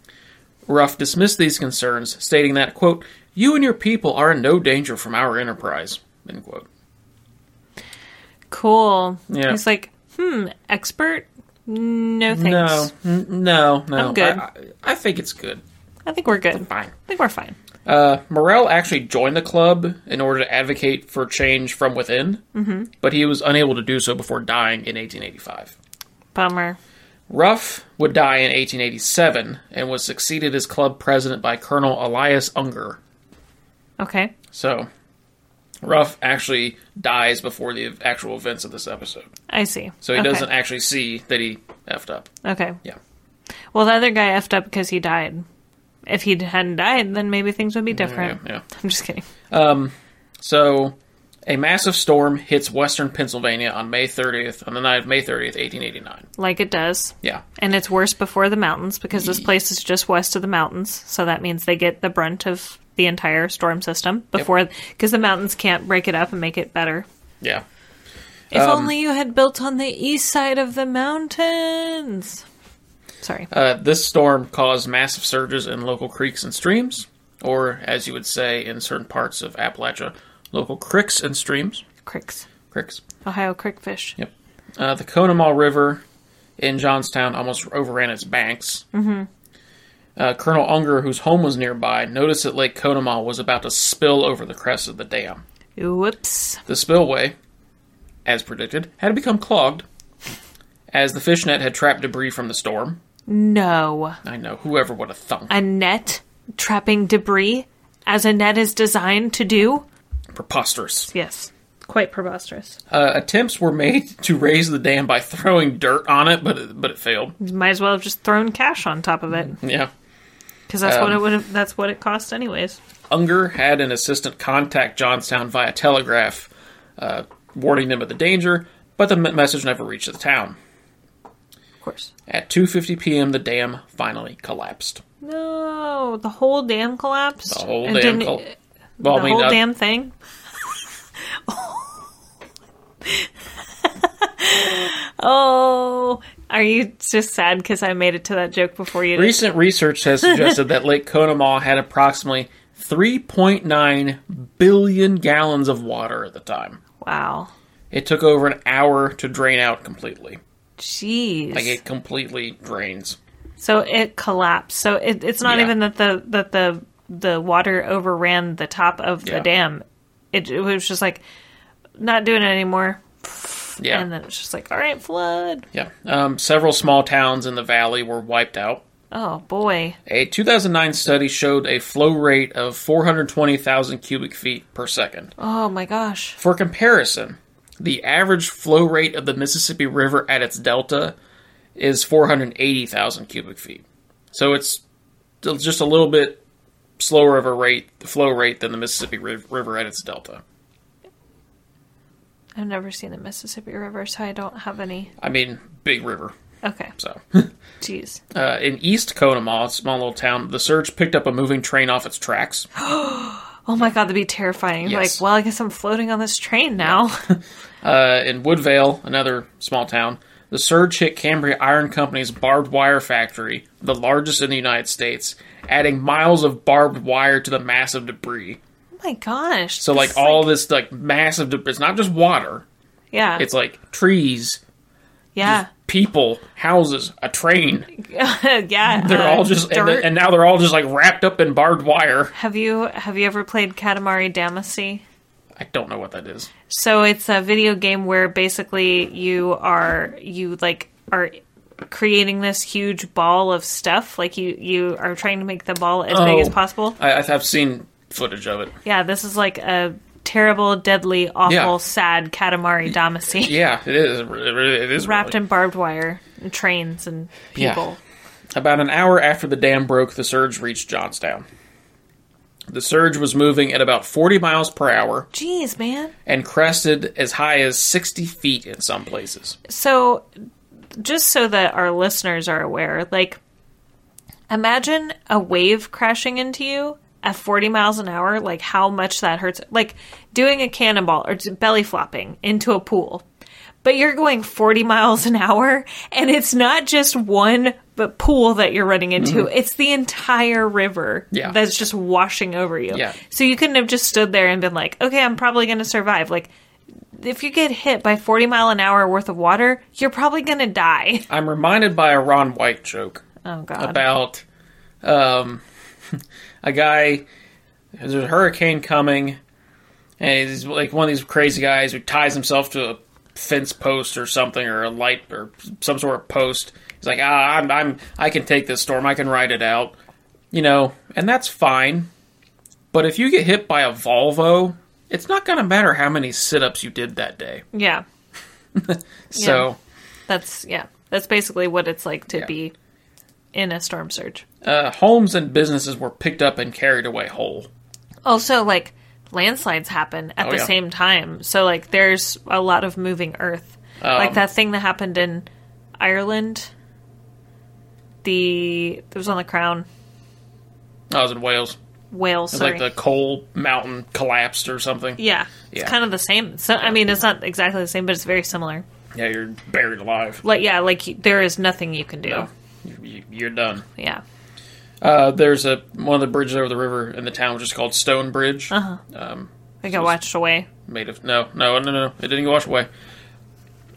Speaker 2: Ruff dismissed these concerns, stating that, quote, you and your people are in no danger from our enterprise, end quote.
Speaker 1: Cool.
Speaker 2: Yeah.
Speaker 1: He's like, "Hmm, expert? No thanks.
Speaker 2: No, n- no, no.
Speaker 1: I'm good.
Speaker 2: I, I, I think it's good.
Speaker 1: I think we're good. I
Speaker 2: Fine.
Speaker 1: think we're fine."
Speaker 2: Uh, Morel actually joined the club in order to advocate for change from within, mm-hmm. but he was unable to do so before dying in 1885.
Speaker 1: Bummer.
Speaker 2: Ruff would die in 1887 and was succeeded as club president by Colonel Elias Unger.
Speaker 1: Okay.
Speaker 2: So, Ruff actually dies before the actual events of this episode.
Speaker 1: I see.
Speaker 2: So he
Speaker 1: okay.
Speaker 2: doesn't actually see that he effed up.
Speaker 1: Okay.
Speaker 2: Yeah.
Speaker 1: Well, the other guy effed up because he died. If he hadn't died, then maybe things would be different.
Speaker 2: Yeah. yeah.
Speaker 1: I'm just kidding.
Speaker 2: So, a massive storm hits western Pennsylvania on May 30th, on the night of May 30th, 1889.
Speaker 1: Like it does.
Speaker 2: Yeah.
Speaker 1: And it's worse before the mountains because this place is just west of the mountains, so that means they get the brunt of the entire storm system before because the mountains can't break it up and make it better.
Speaker 2: Yeah.
Speaker 1: If only you had built on the east side of the mountains. Sorry.
Speaker 2: Uh, this storm caused massive surges in local creeks and streams, or as you would say in certain parts of Appalachia, local creeks and streams.
Speaker 1: Cricks.
Speaker 2: Creeks.
Speaker 1: Ohio crickfish.
Speaker 2: Yep. Uh, the Conemaugh River in Johnstown almost overran its banks. Mm-hmm. Uh, Colonel Unger, whose home was nearby, noticed that Lake Conemaugh was about to spill over the crest of the dam.
Speaker 1: Whoops.
Speaker 2: The spillway, as predicted, had become clogged, as the fishnet had trapped debris from the storm.
Speaker 1: No.
Speaker 2: I know. Whoever would have thunk.
Speaker 1: A net trapping debris as a net is designed to do?
Speaker 2: Preposterous.
Speaker 1: Yes. Quite preposterous.
Speaker 2: Uh, attempts were made to raise the dam by throwing dirt on it, but it, but it failed.
Speaker 1: Might as well have just thrown cash on top of it
Speaker 2: Yeah.
Speaker 1: because that's what it would have. That's what it cost, anyways.
Speaker 2: Unger had an assistant contact Johnstown via telegraph, uh, warning them of the danger, but the m- message never reached the town.
Speaker 1: Of course.
Speaker 2: At 2:50 p.m., the dam finally collapsed.
Speaker 1: No, the whole dam collapsed.
Speaker 2: The whole
Speaker 1: It
Speaker 2: damn
Speaker 1: didn't-
Speaker 2: col- well,
Speaker 1: the
Speaker 2: I mean,
Speaker 1: whole
Speaker 2: uh,
Speaker 1: damn thing. oh, are you just sad because I made it to that joke before you? did?
Speaker 2: recent research has suggested that Lake Conemaugh had approximately 3.9 billion gallons of water at the time.
Speaker 1: Wow,
Speaker 2: It took over an hour to drain out completely.
Speaker 1: jeez.
Speaker 2: Like it completely drains.
Speaker 1: so it collapsed. So it, it's not
Speaker 2: Yeah.
Speaker 1: even that the that the the water overran the top of
Speaker 2: Yeah.
Speaker 1: the dam. It, it was just like not doing it anymore,
Speaker 2: Yeah.
Speaker 1: and then it's just like all right, flood.
Speaker 2: yeah. Um, several small towns in the valley were wiped out.
Speaker 1: Oh boy,
Speaker 2: A 2009 study showed a flow rate of 420,000 cubic feet per second.
Speaker 1: oh my gosh.
Speaker 2: For comparison, the average flow rate of the Mississippi River at its delta is 480,000 cubic feet. So it's still just a little bit slower of a rate, flow rate than the Mississippi Riv- River at its delta.
Speaker 1: I've never seen the Mississippi River, so I don't have any.
Speaker 2: I mean, big river.
Speaker 1: Okay,
Speaker 2: So,
Speaker 1: jeez.
Speaker 2: uh, in East Conemaugh, a small little town, the surge picked up a moving train off its tracks.
Speaker 1: Oh my god, that'd be terrifying.
Speaker 2: Yes.
Speaker 1: Like, well, I guess I'm floating on this train now.
Speaker 2: Uh, in Woodvale, another small town, the surge hit Cambria Iron Company's barbed wire factory, the largest in the United States, adding miles of barbed wire to the massive debris.
Speaker 1: oh my gosh.
Speaker 2: So, like, all this, like, massive debris. It's not just water.
Speaker 1: yeah,
Speaker 2: It's, like, trees,
Speaker 1: yeah,
Speaker 2: people, houses, a train.
Speaker 1: yeah.
Speaker 2: They're
Speaker 1: uh,
Speaker 2: all just... And,
Speaker 1: dirt.
Speaker 2: and now they're all just, like, wrapped up in barbed wire.
Speaker 1: have you have you ever played Katamari Damacy?
Speaker 2: I don't know what that is.
Speaker 1: So it's a video game where basically you are you like are creating this huge ball of stuff. Like you you are trying to make the ball as big as
Speaker 2: Oh.
Speaker 1: possible.
Speaker 2: I, I've I've seen footage of it.
Speaker 1: Yeah, this is like a terrible, deadly, awful,
Speaker 2: Yeah.
Speaker 1: sad Katamari Damacy.
Speaker 2: Yeah, it is. It really- it is
Speaker 1: Wrapped
Speaker 2: really.
Speaker 1: in barbed wire and trains and
Speaker 2: Yeah.
Speaker 1: people.
Speaker 2: About an hour after the dam broke, the surge reached Johnstown. The surge was moving at about 40 miles per hour
Speaker 1: Jeez, man.
Speaker 2: and crested as high as 60 feet in some places.
Speaker 1: So, just so that our listeners are aware, like, imagine a wave crashing into you at 40 miles an hour, like, how much that hurts. Like, doing a cannonball or just belly flopping into a pool. But you're going 40 miles an hour, and it's not just one but pool that you're running into. It's the entire river
Speaker 2: Yeah.
Speaker 1: that's just washing over you.
Speaker 2: Yeah.
Speaker 1: So you couldn't have just stood there and been like, okay, I'm probably going to survive. Like, if you get hit by 40 mile an hour worth of water, you're probably going to die.
Speaker 2: I'm reminded by a Ron White joke
Speaker 1: Oh, God.
Speaker 2: about um, a guy. There's a hurricane coming, and he's like one of these crazy guys who ties himself to a fence post or something, or a light, or some sort of post. He's like, ah, I'm, I'm, I can take this storm. I can ride it out, you know, and that's fine. But if you get hit by a Volvo, it's not gonna matter how many sit-ups you did that day.
Speaker 1: yeah.
Speaker 2: So.
Speaker 1: That's, yeah. That's basically what it's like to
Speaker 2: Yeah.
Speaker 1: be in a storm surge.
Speaker 2: Uh, homes and businesses were picked up and carried away whole.
Speaker 1: Also, like, landslides happen at
Speaker 2: Oh,
Speaker 1: the
Speaker 2: yeah.
Speaker 1: same time. So, like, there's a lot of moving earth. like
Speaker 2: Um,
Speaker 1: that thing that happened in Ireland. The, it was on the crown.
Speaker 2: I was in Wales.
Speaker 1: Wales,
Speaker 2: It's
Speaker 1: sorry.
Speaker 2: like the coal mountain collapsed or something.
Speaker 1: yeah. It's
Speaker 2: Yeah.
Speaker 1: kind of the same. So, I mean, it's not exactly the same, but it's very similar.
Speaker 2: Yeah, you're buried alive.
Speaker 1: Like, yeah, like, you- there is nothing you can do.
Speaker 2: No, you- you're done.
Speaker 1: Yeah.
Speaker 2: Uh, there's a one of the bridges over the river in the town, which is called Stone Bridge. Uh-huh. Um,
Speaker 1: I think I watched away.
Speaker 2: made of no, no, no, no. It didn't wash away.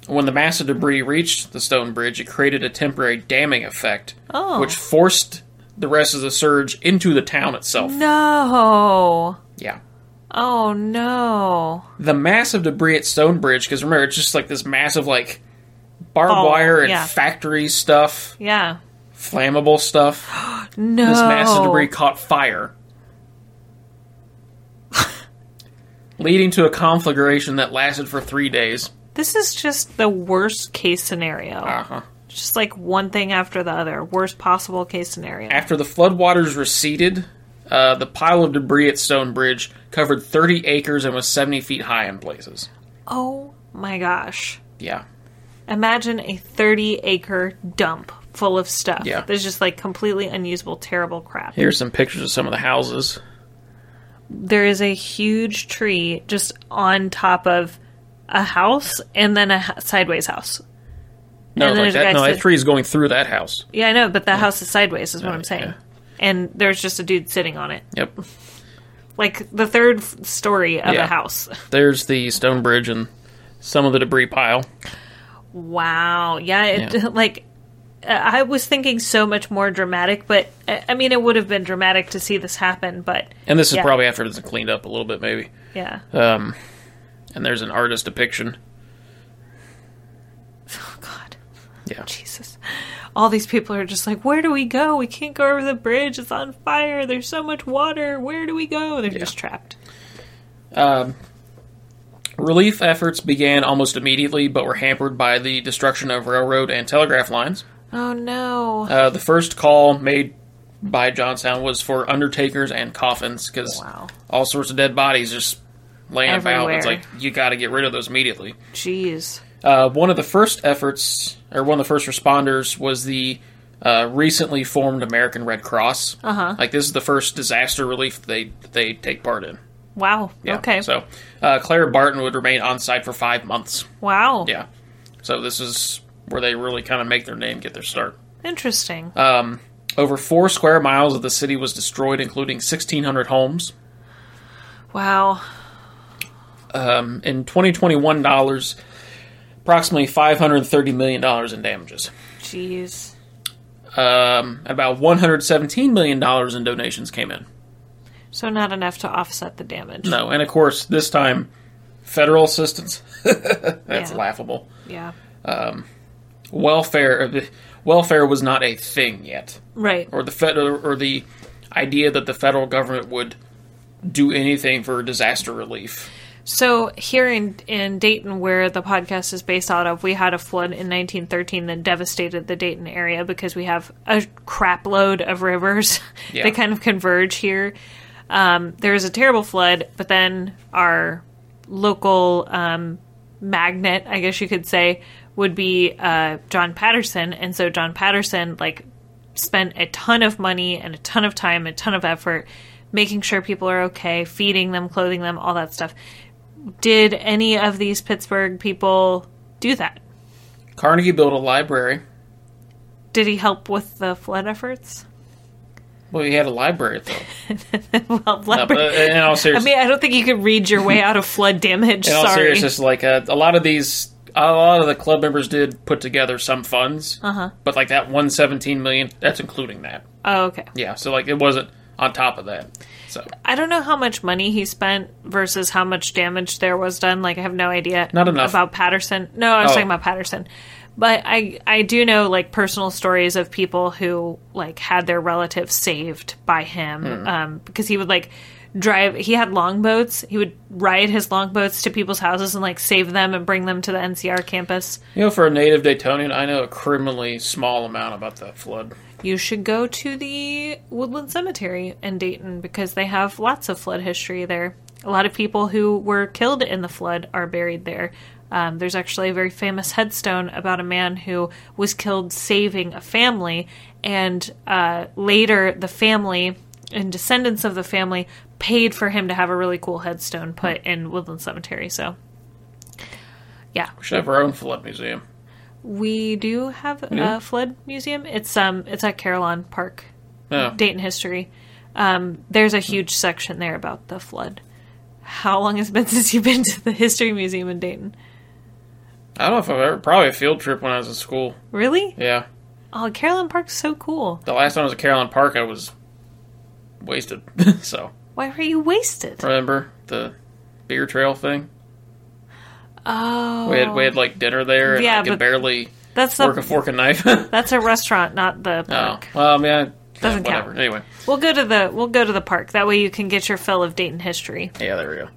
Speaker 2: When the mass of debris reached the stone bridge, it created a temporary damming effect,
Speaker 1: Oh.
Speaker 2: which forced the rest of the surge into the town itself.
Speaker 1: No.
Speaker 2: Yeah.
Speaker 1: Oh no.
Speaker 2: the massive debris at Stonebridge, because remember, it's just like this massive, like, barbed
Speaker 1: Oh,
Speaker 2: wire and
Speaker 1: yeah.
Speaker 2: factory stuff
Speaker 1: Yeah.
Speaker 2: flammable stuff.
Speaker 1: No.
Speaker 2: This massive
Speaker 1: Oh.
Speaker 2: debris caught fire, leading to a conflagration that lasted for three days.
Speaker 1: This is just the worst case scenario.
Speaker 2: Uh huh.
Speaker 1: Just like one thing after the other. Worst possible case scenario.
Speaker 2: After the floodwaters receded, uh, the pile of debris at Stonebridge covered 30 acres and was 70 feet high in places.
Speaker 1: oh my gosh.
Speaker 2: Yeah.
Speaker 1: Imagine a 30 acre dump full of stuff.
Speaker 2: Yeah.
Speaker 1: There's just like completely unusable, terrible crap.
Speaker 2: Here's some pictures of some of the houses.
Speaker 1: There is a huge tree just on top of a house and then a h- sideways house.
Speaker 2: No,
Speaker 1: And then there's
Speaker 2: like that,
Speaker 1: guys
Speaker 2: no, that
Speaker 1: that-
Speaker 2: tree is going through that house.
Speaker 1: Yeah, I know, but the house is sideways, is what I'm saying.
Speaker 2: Oh, yeah.
Speaker 1: And there's just a dude sitting on it.
Speaker 2: Yep.
Speaker 1: Like the third f- story of
Speaker 2: Yeah.
Speaker 1: a house.
Speaker 2: There's the Stonebridge and some of the debris pile.
Speaker 1: Wow. Yeah, it,
Speaker 2: Yeah.
Speaker 1: like uh, I was thinking so much more dramatic, but I I mean, it would have been dramatic to see this happen, but
Speaker 2: And this is
Speaker 1: Yeah.
Speaker 2: probably after it's cleaned up a little bit, maybe.
Speaker 1: yeah.
Speaker 2: Um, and there's an artist depiction.
Speaker 1: Oh, God.
Speaker 2: Yeah.
Speaker 1: Jesus. All these people are just like, where do we go? We can't go over the bridge. It's on fire. There's so much water. Where do we go? They're just trapped.
Speaker 2: Relief efforts began almost immediately, but were hampered by the destruction of railroad and telegraph lines.
Speaker 1: Oh, no.
Speaker 2: Uh, the first call made by Johnstown was for undertakers and coffins because
Speaker 1: Wow.
Speaker 2: all sorts of dead bodies just laying about. It's
Speaker 1: Everywhere.
Speaker 2: like you got to get rid of those immediately.
Speaker 1: Jeez.
Speaker 2: Uh, one of the first efforts, or one of the first responders, was the uh, recently formed American Red Cross. Uh-huh. Like this is the first disaster relief they they take part in.
Speaker 1: Wow.
Speaker 2: Yeah.
Speaker 1: Okay.
Speaker 2: So uh, Claire Barton would remain on site for five months.
Speaker 1: wow.
Speaker 2: Yeah. So this is where they really kind of make their name, get their start.
Speaker 1: Interesting.
Speaker 2: Um, over four square miles of the city was destroyed, including 1,600 homes.
Speaker 1: wow.
Speaker 2: Um, in 2021 dollars, approximately 530 million dollars in damages.
Speaker 1: Jeez.
Speaker 2: Um, about 117 million dollars in donations came in.
Speaker 1: So, not enough to offset the damage.
Speaker 2: No, and of course this time, federal assistance. That's
Speaker 1: Yeah.
Speaker 2: laughable.
Speaker 1: Yeah.
Speaker 2: Welfare, uh, welfare was not a thing yet.
Speaker 1: Right.
Speaker 2: or the fed or the idea that the federal government would do anything for disaster relief.
Speaker 1: So here in in Dayton, where the podcast is based out of, we had a flood in 1913 that devastated the Dayton area because we have a crap load of rivers.
Speaker 2: Yeah.
Speaker 1: they kind of converge here. Um, there was a terrible flood, but then our local um, magnet, I guess you could say, would be uh, John Patterson, and so John Patterson like spent a ton of money and a ton of time, a ton of effort making sure people are okay, feeding them, clothing them, all that stuff. Did any of these Pittsburgh people do that?
Speaker 2: Carnegie built a library.
Speaker 1: Did he help with the flood efforts?
Speaker 2: Well, he had a library though.
Speaker 1: well,
Speaker 2: Uh, but
Speaker 1: leopard-
Speaker 2: in all
Speaker 1: I
Speaker 2: seriousness,
Speaker 1: mean, I don't think you could read your way out of flood damage.
Speaker 2: in all
Speaker 1: Sorry.
Speaker 2: seriousness, like uh, a lot of these, a lot of the club members did put together some funds. Uh-huh. But like that one seventeen million, that's including that.
Speaker 1: Oh, okay.
Speaker 2: Yeah, so like it wasn't on top of that. So
Speaker 1: I don't know how much money he spent versus how much damage there was done. Like, I have no idea.
Speaker 2: Not enough.
Speaker 1: about Patterson. No, I was
Speaker 2: Oh.
Speaker 1: talking about Patterson. But I I do know like personal stories of people who like had their relatives saved by him
Speaker 2: Hmm.
Speaker 1: um, because he would like drive. He had longboats. He would ride his longboats to people's houses and like save them and bring them to the NCR campus.
Speaker 2: you know, for a native Daytonian, I know a criminally small amount about that flood.
Speaker 1: you should go to the Woodland Cemetery in Dayton because they have lots of flood history there. A lot of people who were killed in the flood are buried there. Um, there's actually a very famous headstone about a man who was killed saving a family, and uh, later the family and descendants of the family paid for him to have a really cool headstone put in Woodland Cemetery. So, yeah,
Speaker 2: We should have our own flood museum.
Speaker 1: we do have a flood museum. It's um, it's at Carillon Park.
Speaker 2: Yeah.
Speaker 1: Dayton history. Um, there's a huge section there about the flood. How long has it been since you've been to the history museum in Dayton?
Speaker 2: I don't know if I've ever probably a field trip when I was in school.
Speaker 1: Really?
Speaker 2: Yeah.
Speaker 1: Oh, Carolyn Park's so cool.
Speaker 2: The last time I was at Carolyn Park, I was wasted. so
Speaker 1: Why were you wasted?
Speaker 2: remember the beer trail thing?
Speaker 1: Oh,
Speaker 2: We had we had like dinner there, and
Speaker 1: Yeah,
Speaker 2: I could
Speaker 1: but-
Speaker 2: barely
Speaker 1: Oh. That's
Speaker 2: Work Oh. a
Speaker 1: the,
Speaker 2: fork and knife. oh,
Speaker 1: that's a restaurant, not the
Speaker 2: well,
Speaker 1: park.
Speaker 2: I mean, I-
Speaker 1: Doesn't count.
Speaker 2: whatever. Anyway,
Speaker 1: We'll go to the we'll go to the park. That way you can get your fill of Dayton history.
Speaker 2: yeah, there we go.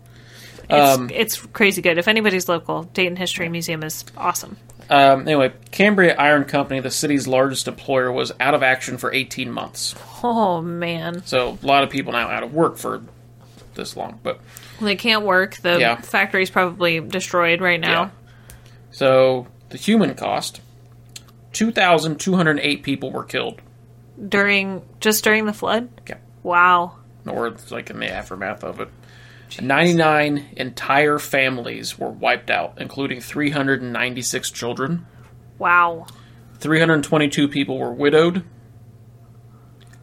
Speaker 1: It's,
Speaker 2: Um,
Speaker 1: it's crazy good. If anybody's local, Dayton History Museum is awesome.
Speaker 2: Um, anyway, Cambria Iron Company, the city's largest employer, was out of action for 18 months.
Speaker 1: Oh man,
Speaker 2: So a lot of people now out of work for this long. But
Speaker 1: they can't work. The
Speaker 2: Yeah.
Speaker 1: factory's probably destroyed right now.
Speaker 2: Yeah. so the human cost 2,208 people were killed.
Speaker 1: during just during the flood.
Speaker 2: Yeah.
Speaker 1: Wow.
Speaker 2: Or it's like in the aftermath of it. 99 entire families were wiped out, including 396 children.
Speaker 1: Wow. Oh
Speaker 2: 322 people were widowed.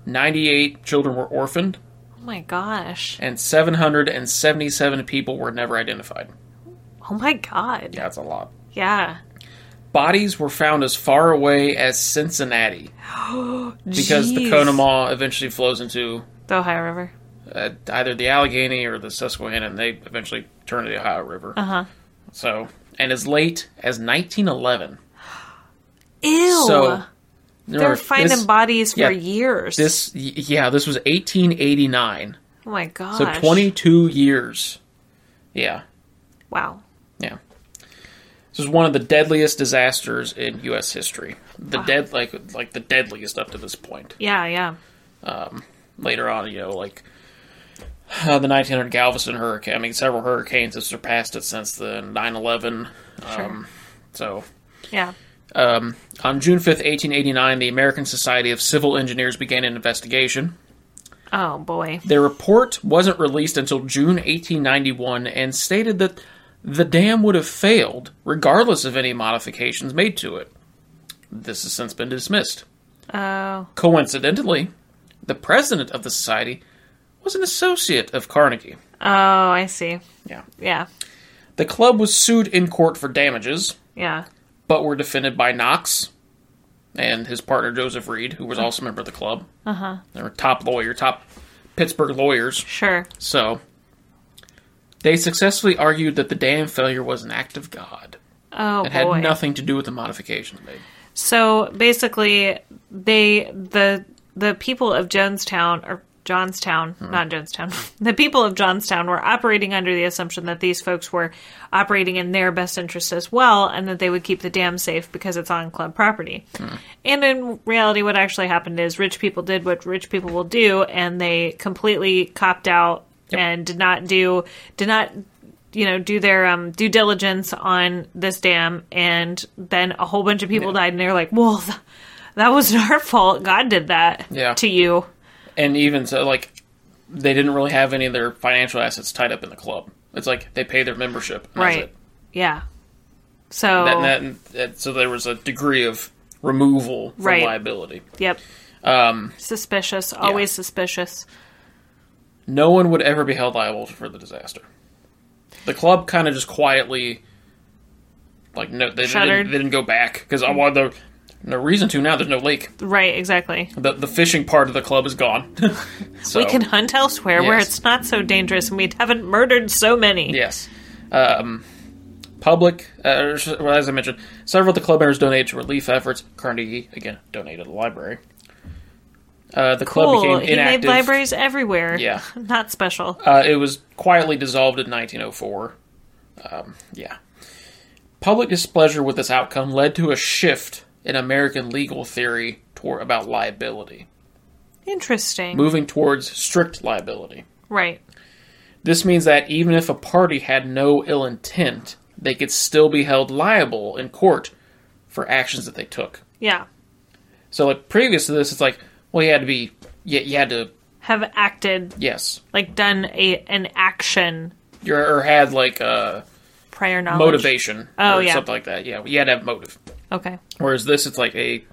Speaker 2: 98 children were orphaned.
Speaker 1: Oh my gosh.
Speaker 2: and 777 people were never identified.
Speaker 1: Oh my god.
Speaker 2: Yeah, that's a lot.
Speaker 1: Yeah.
Speaker 2: Bodies were found as far away as Cincinnati because the
Speaker 1: Jeez.
Speaker 2: Conemaugh eventually flows into
Speaker 1: The Ohio River.
Speaker 2: uh, either the Allegheny or the Susquehanna, and they eventually turn to the Ohio River. Uh
Speaker 1: Uh-huh.
Speaker 2: So, and as late as 1911.
Speaker 1: Ew.
Speaker 2: So,
Speaker 1: They're
Speaker 2: remember,
Speaker 1: uh, finding
Speaker 2: this,
Speaker 1: bodies for
Speaker 2: yeah,
Speaker 1: years.
Speaker 2: this. y- Yeah, this was 1889.
Speaker 1: oh my gosh.
Speaker 2: So 22 years. Yeah,
Speaker 1: Wow.
Speaker 2: Yeah. This is one of the deadliest disasters in U.S. history. The dead, like like the deadliest up to this point.
Speaker 1: Yeah. Yeah.
Speaker 2: Later on, you know, like uh, the 1900 Galveston hurricane. I mean, several hurricanes have surpassed it since the 9/11.
Speaker 1: Sure.
Speaker 2: Um, So,
Speaker 1: yeah.
Speaker 2: um, on June 5th, 1889, the American Society of Civil Engineers began an investigation.
Speaker 1: Oh boy.
Speaker 2: Their report wasn't released until June 1891 and stated that the dam would have failed regardless of any modifications made to it. This has since been dismissed.
Speaker 1: Oh.
Speaker 2: Coincidentally, the president of the society was an associate of Carnegie.
Speaker 1: Oh, I see.
Speaker 2: Yeah.
Speaker 1: Yeah.
Speaker 2: The club was sued in court for damages,
Speaker 1: Yeah.
Speaker 2: but were defended by Knox and his partner Joseph Reed, who was also a member of the club. Uh huh.
Speaker 1: Uh-huh.
Speaker 2: They were top lawyer, top Pittsburgh lawyers.
Speaker 1: Sure.
Speaker 2: So, they successfully argued that the dam failure was an act of God.
Speaker 1: Oh
Speaker 2: It had
Speaker 1: boy.
Speaker 2: nothing to do with the modifications made.
Speaker 1: So basically, they the the people of Jonestown or Johnstown, not Jonestown, the people of Johnstown were operating under the assumption that these folks were operating in their best interest as well, and that they would keep the dam safe because it's on club property. And in reality, what actually happened is rich people did what rich people will do, and they completely copped out and did not do did not you know do their um, due diligence on this dam and then a whole bunch of people died and they're like well th- that wasn't our fault god did that
Speaker 2: Yeah.
Speaker 1: to you
Speaker 2: And even so, like, they didn't really have any of their financial assets tied up in the club. It's like they pay their membership. and that's
Speaker 1: right
Speaker 2: it.
Speaker 1: yeah so
Speaker 2: That, that, and that- so there was a degree of removal from
Speaker 1: Right.
Speaker 2: liability.
Speaker 1: yep um suspicious always suspicious
Speaker 2: No one would ever be held liable for the disaster. The club kind of just quietly, like, no, they,
Speaker 1: Shuttered.
Speaker 2: didn't, they didn't go back because I want the no reason to now. There's no lake.
Speaker 1: right exactly
Speaker 2: The, the fishing part of the club is gone. so,
Speaker 1: we can hunt elsewhere where
Speaker 2: Yes.
Speaker 1: it's not so dangerous and we haven't murdered so many
Speaker 2: Yes. Um, public, uh, or sh- well, as I mentioned, several of the club members donated to relief efforts. Carnegie, again, donated to the library. Uh, the club
Speaker 1: cool
Speaker 2: became
Speaker 1: he
Speaker 2: inactive.
Speaker 1: made libraries everywhere
Speaker 2: Yeah.
Speaker 1: not special
Speaker 2: Uh, it was quietly dissolved in 1904. Um, yeah. Public displeasure with this outcome led to a shift in American legal theory toward, about liability,
Speaker 1: interesting
Speaker 2: moving towards strict liability.
Speaker 1: right
Speaker 2: This means that even if a party had no ill intent, they could still be held liable in court for actions that they took.
Speaker 1: yeah
Speaker 2: So, like previous to this, it's like, well, you had to be, you, you had to,
Speaker 1: have acted
Speaker 2: yes,
Speaker 1: like done a an action
Speaker 2: you're, or had like uh,
Speaker 1: prior knowledge.
Speaker 2: motivation
Speaker 1: Oh,
Speaker 2: or
Speaker 1: yeah.
Speaker 2: something like that. Yeah, you had to have motive.
Speaker 1: Okay.
Speaker 2: Whereas this, it's like a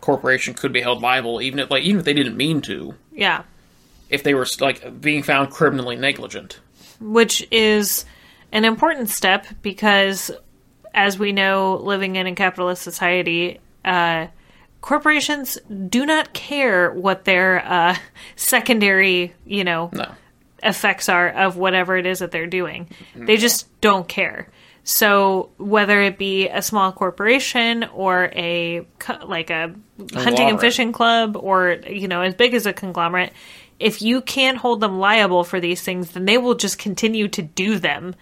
Speaker 2: corporation could be held liable even if, like, even if they didn't mean to,
Speaker 1: Yeah.
Speaker 2: if they were like being found criminally negligent.
Speaker 1: Which is an important step because as we know living in a capitalist society, uh corporations do not care what their uh secondary, you know,
Speaker 2: No.
Speaker 1: effects are of whatever it is that they're doing. They just don't care. So whether it be a small corporation or a co- like a hunting and
Speaker 2: Conglomerate.
Speaker 1: fishing club or you know as big as a conglomerate, if you can't hold them liable for these things, then they will just continue to do them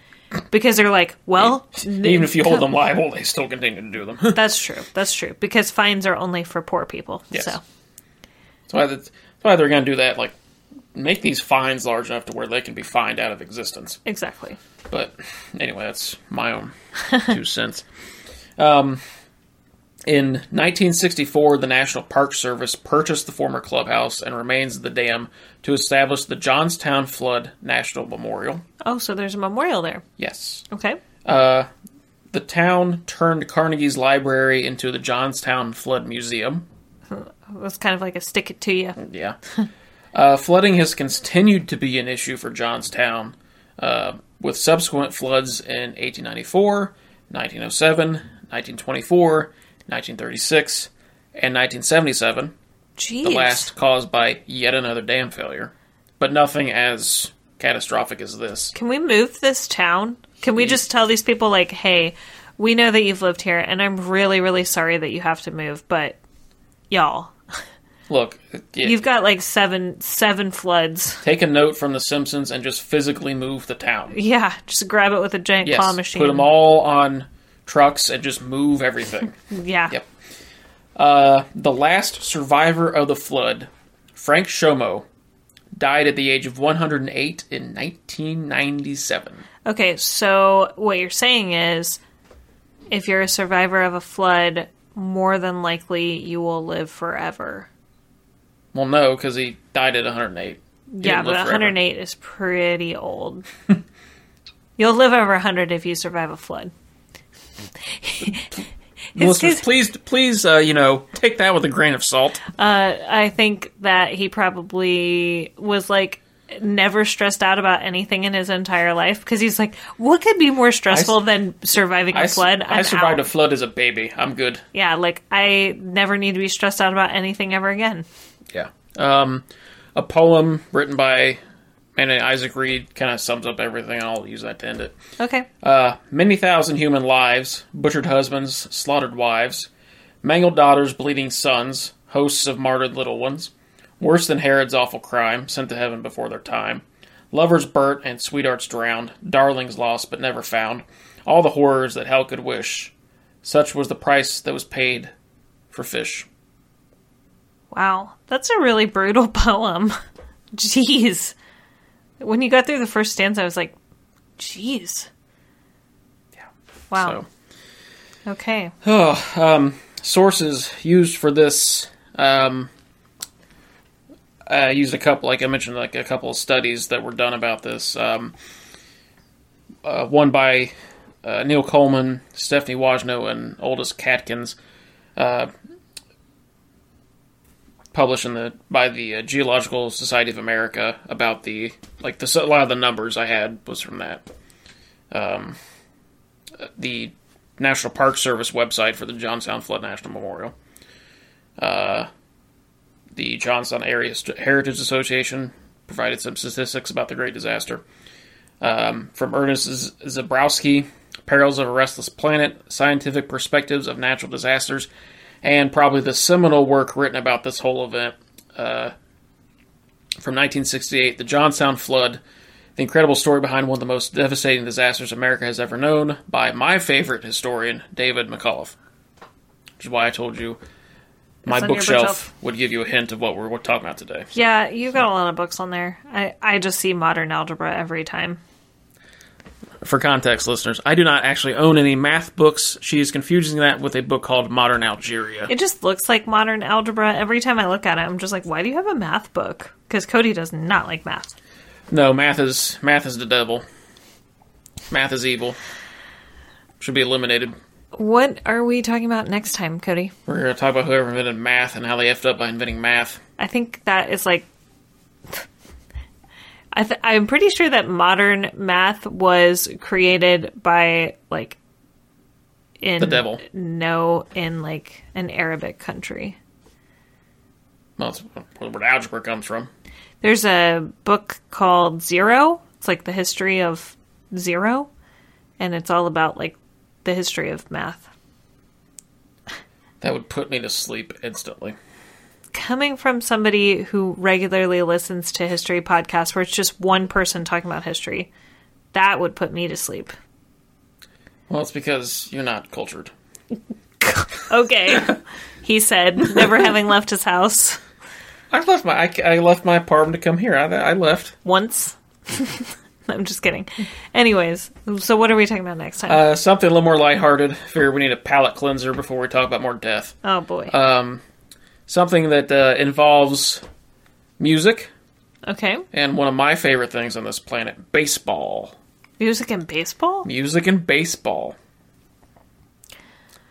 Speaker 1: because they're like, well,
Speaker 2: Even if you hold them liable, they still continue to do them. that's
Speaker 1: that's true, that's true because fines are only for poor people.
Speaker 2: Yes.
Speaker 1: So
Speaker 2: why that's, that's why they're going to do that. Like, make these fines large enough to where they can be fined out of existence.
Speaker 1: exactly.
Speaker 2: But anyway, that's my own two cents. Um, in 1964, the National Park Service purchased the former clubhouse and remains of the dam to establish the Johnstown Flood National Memorial.
Speaker 1: Oh, so there's a memorial there.
Speaker 2: Yes.
Speaker 1: Okay.
Speaker 2: The town turned Carnegie's library into the Johnstown Flood Museum.
Speaker 1: That's kind of like a stick it to you.
Speaker 2: Yeah. uh, flooding has continued to be an issue for Johnstown, uh, with subsequent floods in 1894, 1907, 1924, 1936, and 1977,
Speaker 1: Jeez.
Speaker 2: the last caused by yet another dam failure. But nothing as catastrophic as this.
Speaker 1: Can we move this town? Can we just tell these people, like, hey, we know that you've lived here, and I'm really, really sorry that you have to move, but y'all,
Speaker 2: Look, it-
Speaker 1: you've got like seven, seven floods.
Speaker 2: take a note from The Simpsons and just physically move the town.
Speaker 1: Yeah, just grab it with a giant claw machine.
Speaker 2: Put them all on trucks and just move everything.
Speaker 1: Yeah.
Speaker 2: Yep. Uh, the last survivor of the flood, Frank Shomo, died at the age of 108 in 1997.
Speaker 1: Okay, so what you're saying is, if you're a survivor of a flood, more than likely you will live forever.
Speaker 2: Well, no, because he died at 108. He
Speaker 1: yeah,
Speaker 2: didn't
Speaker 1: but
Speaker 2: live forever.
Speaker 1: 108 is pretty old. You'll live over 100 if you survive a flood.
Speaker 2: Listeners, please, please, uh, you know, take that with a grain of salt.
Speaker 1: uh, I think that he probably was like never stressed out about anything in his entire life because he's like, what could be more stressful than surviving a
Speaker 2: I, s-
Speaker 1: flood?
Speaker 2: I
Speaker 1: I'm out.
Speaker 2: survived a flood as a baby. I'm good.
Speaker 1: yeah, like I never need to be stressed out about anything ever again.
Speaker 2: Yeah. Um, a poem written by a man named Isaac Reed kind of sums up everything. I'll use that to end it.
Speaker 1: Okay,
Speaker 2: Uh, many thousand human lives, butchered husbands, slaughtered wives, mangled daughters, bleeding sons, hosts of martyred little ones, worse than Herod's awful crime, sent to heaven before their time, lovers burnt and sweethearts drowned, darlings lost but never found, all the horrors that hell could wish. Such was the price that was paid for fish.
Speaker 1: wow, that's a really brutal poem. Jeez, when you got through the first stanza, I was like, jeez, yeah, wow,
Speaker 2: So.
Speaker 1: okay,
Speaker 2: sources used for this um, I used a couple like I mentioned like a couple of studies that were done about this um, uh, one by uh, Neil Coleman, Stephanie Wozno and Oldest Catkins uh, published in the by the uh, Geological Society of America about the like the so a lot of the numbers I had was from that the National Park Service website for the Johnstown Flood National Memorial. Uh, the Johnstown Area Hist- Heritage Association provided some statistics about the great disaster. Um, from Ernest Z- Zabrowski, Perils of a Restless Planet, Scientific Perspectives of Natural Disasters, and probably the seminal work written about this whole event uh, from 1968, The Johnstown Flood, the incredible story behind one of the most devastating disasters America has ever known by my favorite historian, David McAuliffe. Which is why I told you my
Speaker 1: It's on your
Speaker 2: bookshelf,
Speaker 1: bookshelf.
Speaker 2: would give you a hint of what we're, we're talking about today.
Speaker 1: yeah, you've got a lot of books on there. I I just see modern algebra every time.
Speaker 2: For context, listeners, I do not actually own any math books. She is confusing that with a book called Modern Algeria.
Speaker 1: It just looks like modern algebra. Every time I look at it, I'm just like, why do you have a math book? Because Cody does not like math.
Speaker 2: no, math is math is the devil. Math is evil. Should be eliminated.
Speaker 1: What are we talking about next time, Cody?
Speaker 2: We're going to talk about whoever invented math and how they effed up by inventing math.
Speaker 1: I think that is like. I th- I'm pretty sure that modern math was created by like in
Speaker 2: The devil.
Speaker 1: No, in like an Arabic country.
Speaker 2: Well, that's where the word algebra comes from.
Speaker 1: There's a book called Zero. It's like the history of zero. and it's all about like the history of math.
Speaker 2: That would put me to sleep instantly.
Speaker 1: Coming from somebody who regularly listens to history podcasts where it's just one person talking about history, that would put me to sleep.
Speaker 2: Well, it's because you're not cultured.
Speaker 1: Okay, he said, never having left his house
Speaker 2: I left my I, I left my apartment to come here. I, I left.
Speaker 1: once. I'm just kidding. Anyways, so what are we talking about next time?
Speaker 2: Uh, something a little more lighthearted. Figure we need a palate cleanser before we talk about more death.
Speaker 1: oh boy.
Speaker 2: Um, something that uh, involves music
Speaker 1: okay,
Speaker 2: and one of my favorite things on this planet: baseball.
Speaker 1: music and baseball.
Speaker 2: Music and baseball.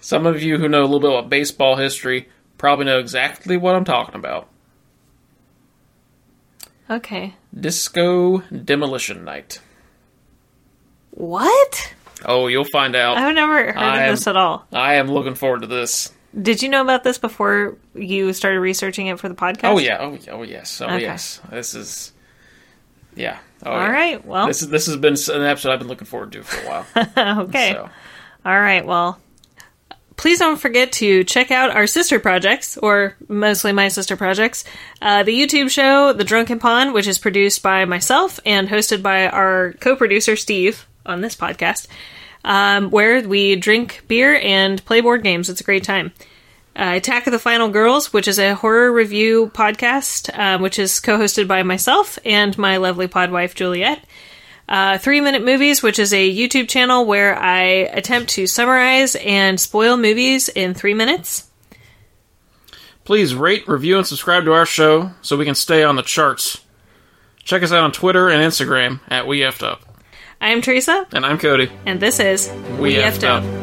Speaker 2: Some of you who know a little bit about baseball history probably know exactly what I'm talking about.
Speaker 1: Okay,
Speaker 2: Disco Demolition Night.
Speaker 1: what?
Speaker 2: Oh, you'll find out.
Speaker 1: I've never heard
Speaker 2: I am-
Speaker 1: of this at all.
Speaker 2: I am looking forward to this.
Speaker 1: Did you know about this before you started researching it for the podcast?
Speaker 2: Oh yeah, oh yeah, oh yes, oh
Speaker 1: Okay.
Speaker 2: yes. This is, yeah. Oh,
Speaker 1: All
Speaker 2: yeah.
Speaker 1: right. Well,
Speaker 2: This is this has been an episode I've been looking forward to for a while.
Speaker 1: okay.
Speaker 2: So
Speaker 1: All right. Well, please don't forget to check out our sister projects, or mostly my sister projects. Uh, the YouTube show, The Drunken Pond, which is produced by myself and hosted by our co producer, Steve, on this podcast, um, where we drink beer and play board games. It's a great time. Uh, Attack of the Final Girls, which is a horror review podcast, um, which is co hosted by myself and my lovely pod wife, Juliet uh, Three Minute Movies, which is a YouTube channel where I attempt to summarize and spoil movies in three minutes.
Speaker 2: please rate, review, and subscribe to our show so we can stay on the charts. Check us out on Twitter and Instagram at We Effed Up,
Speaker 1: I am Teresa,
Speaker 2: and I'm Cody.
Speaker 1: and this is
Speaker 2: We, Effed, Up.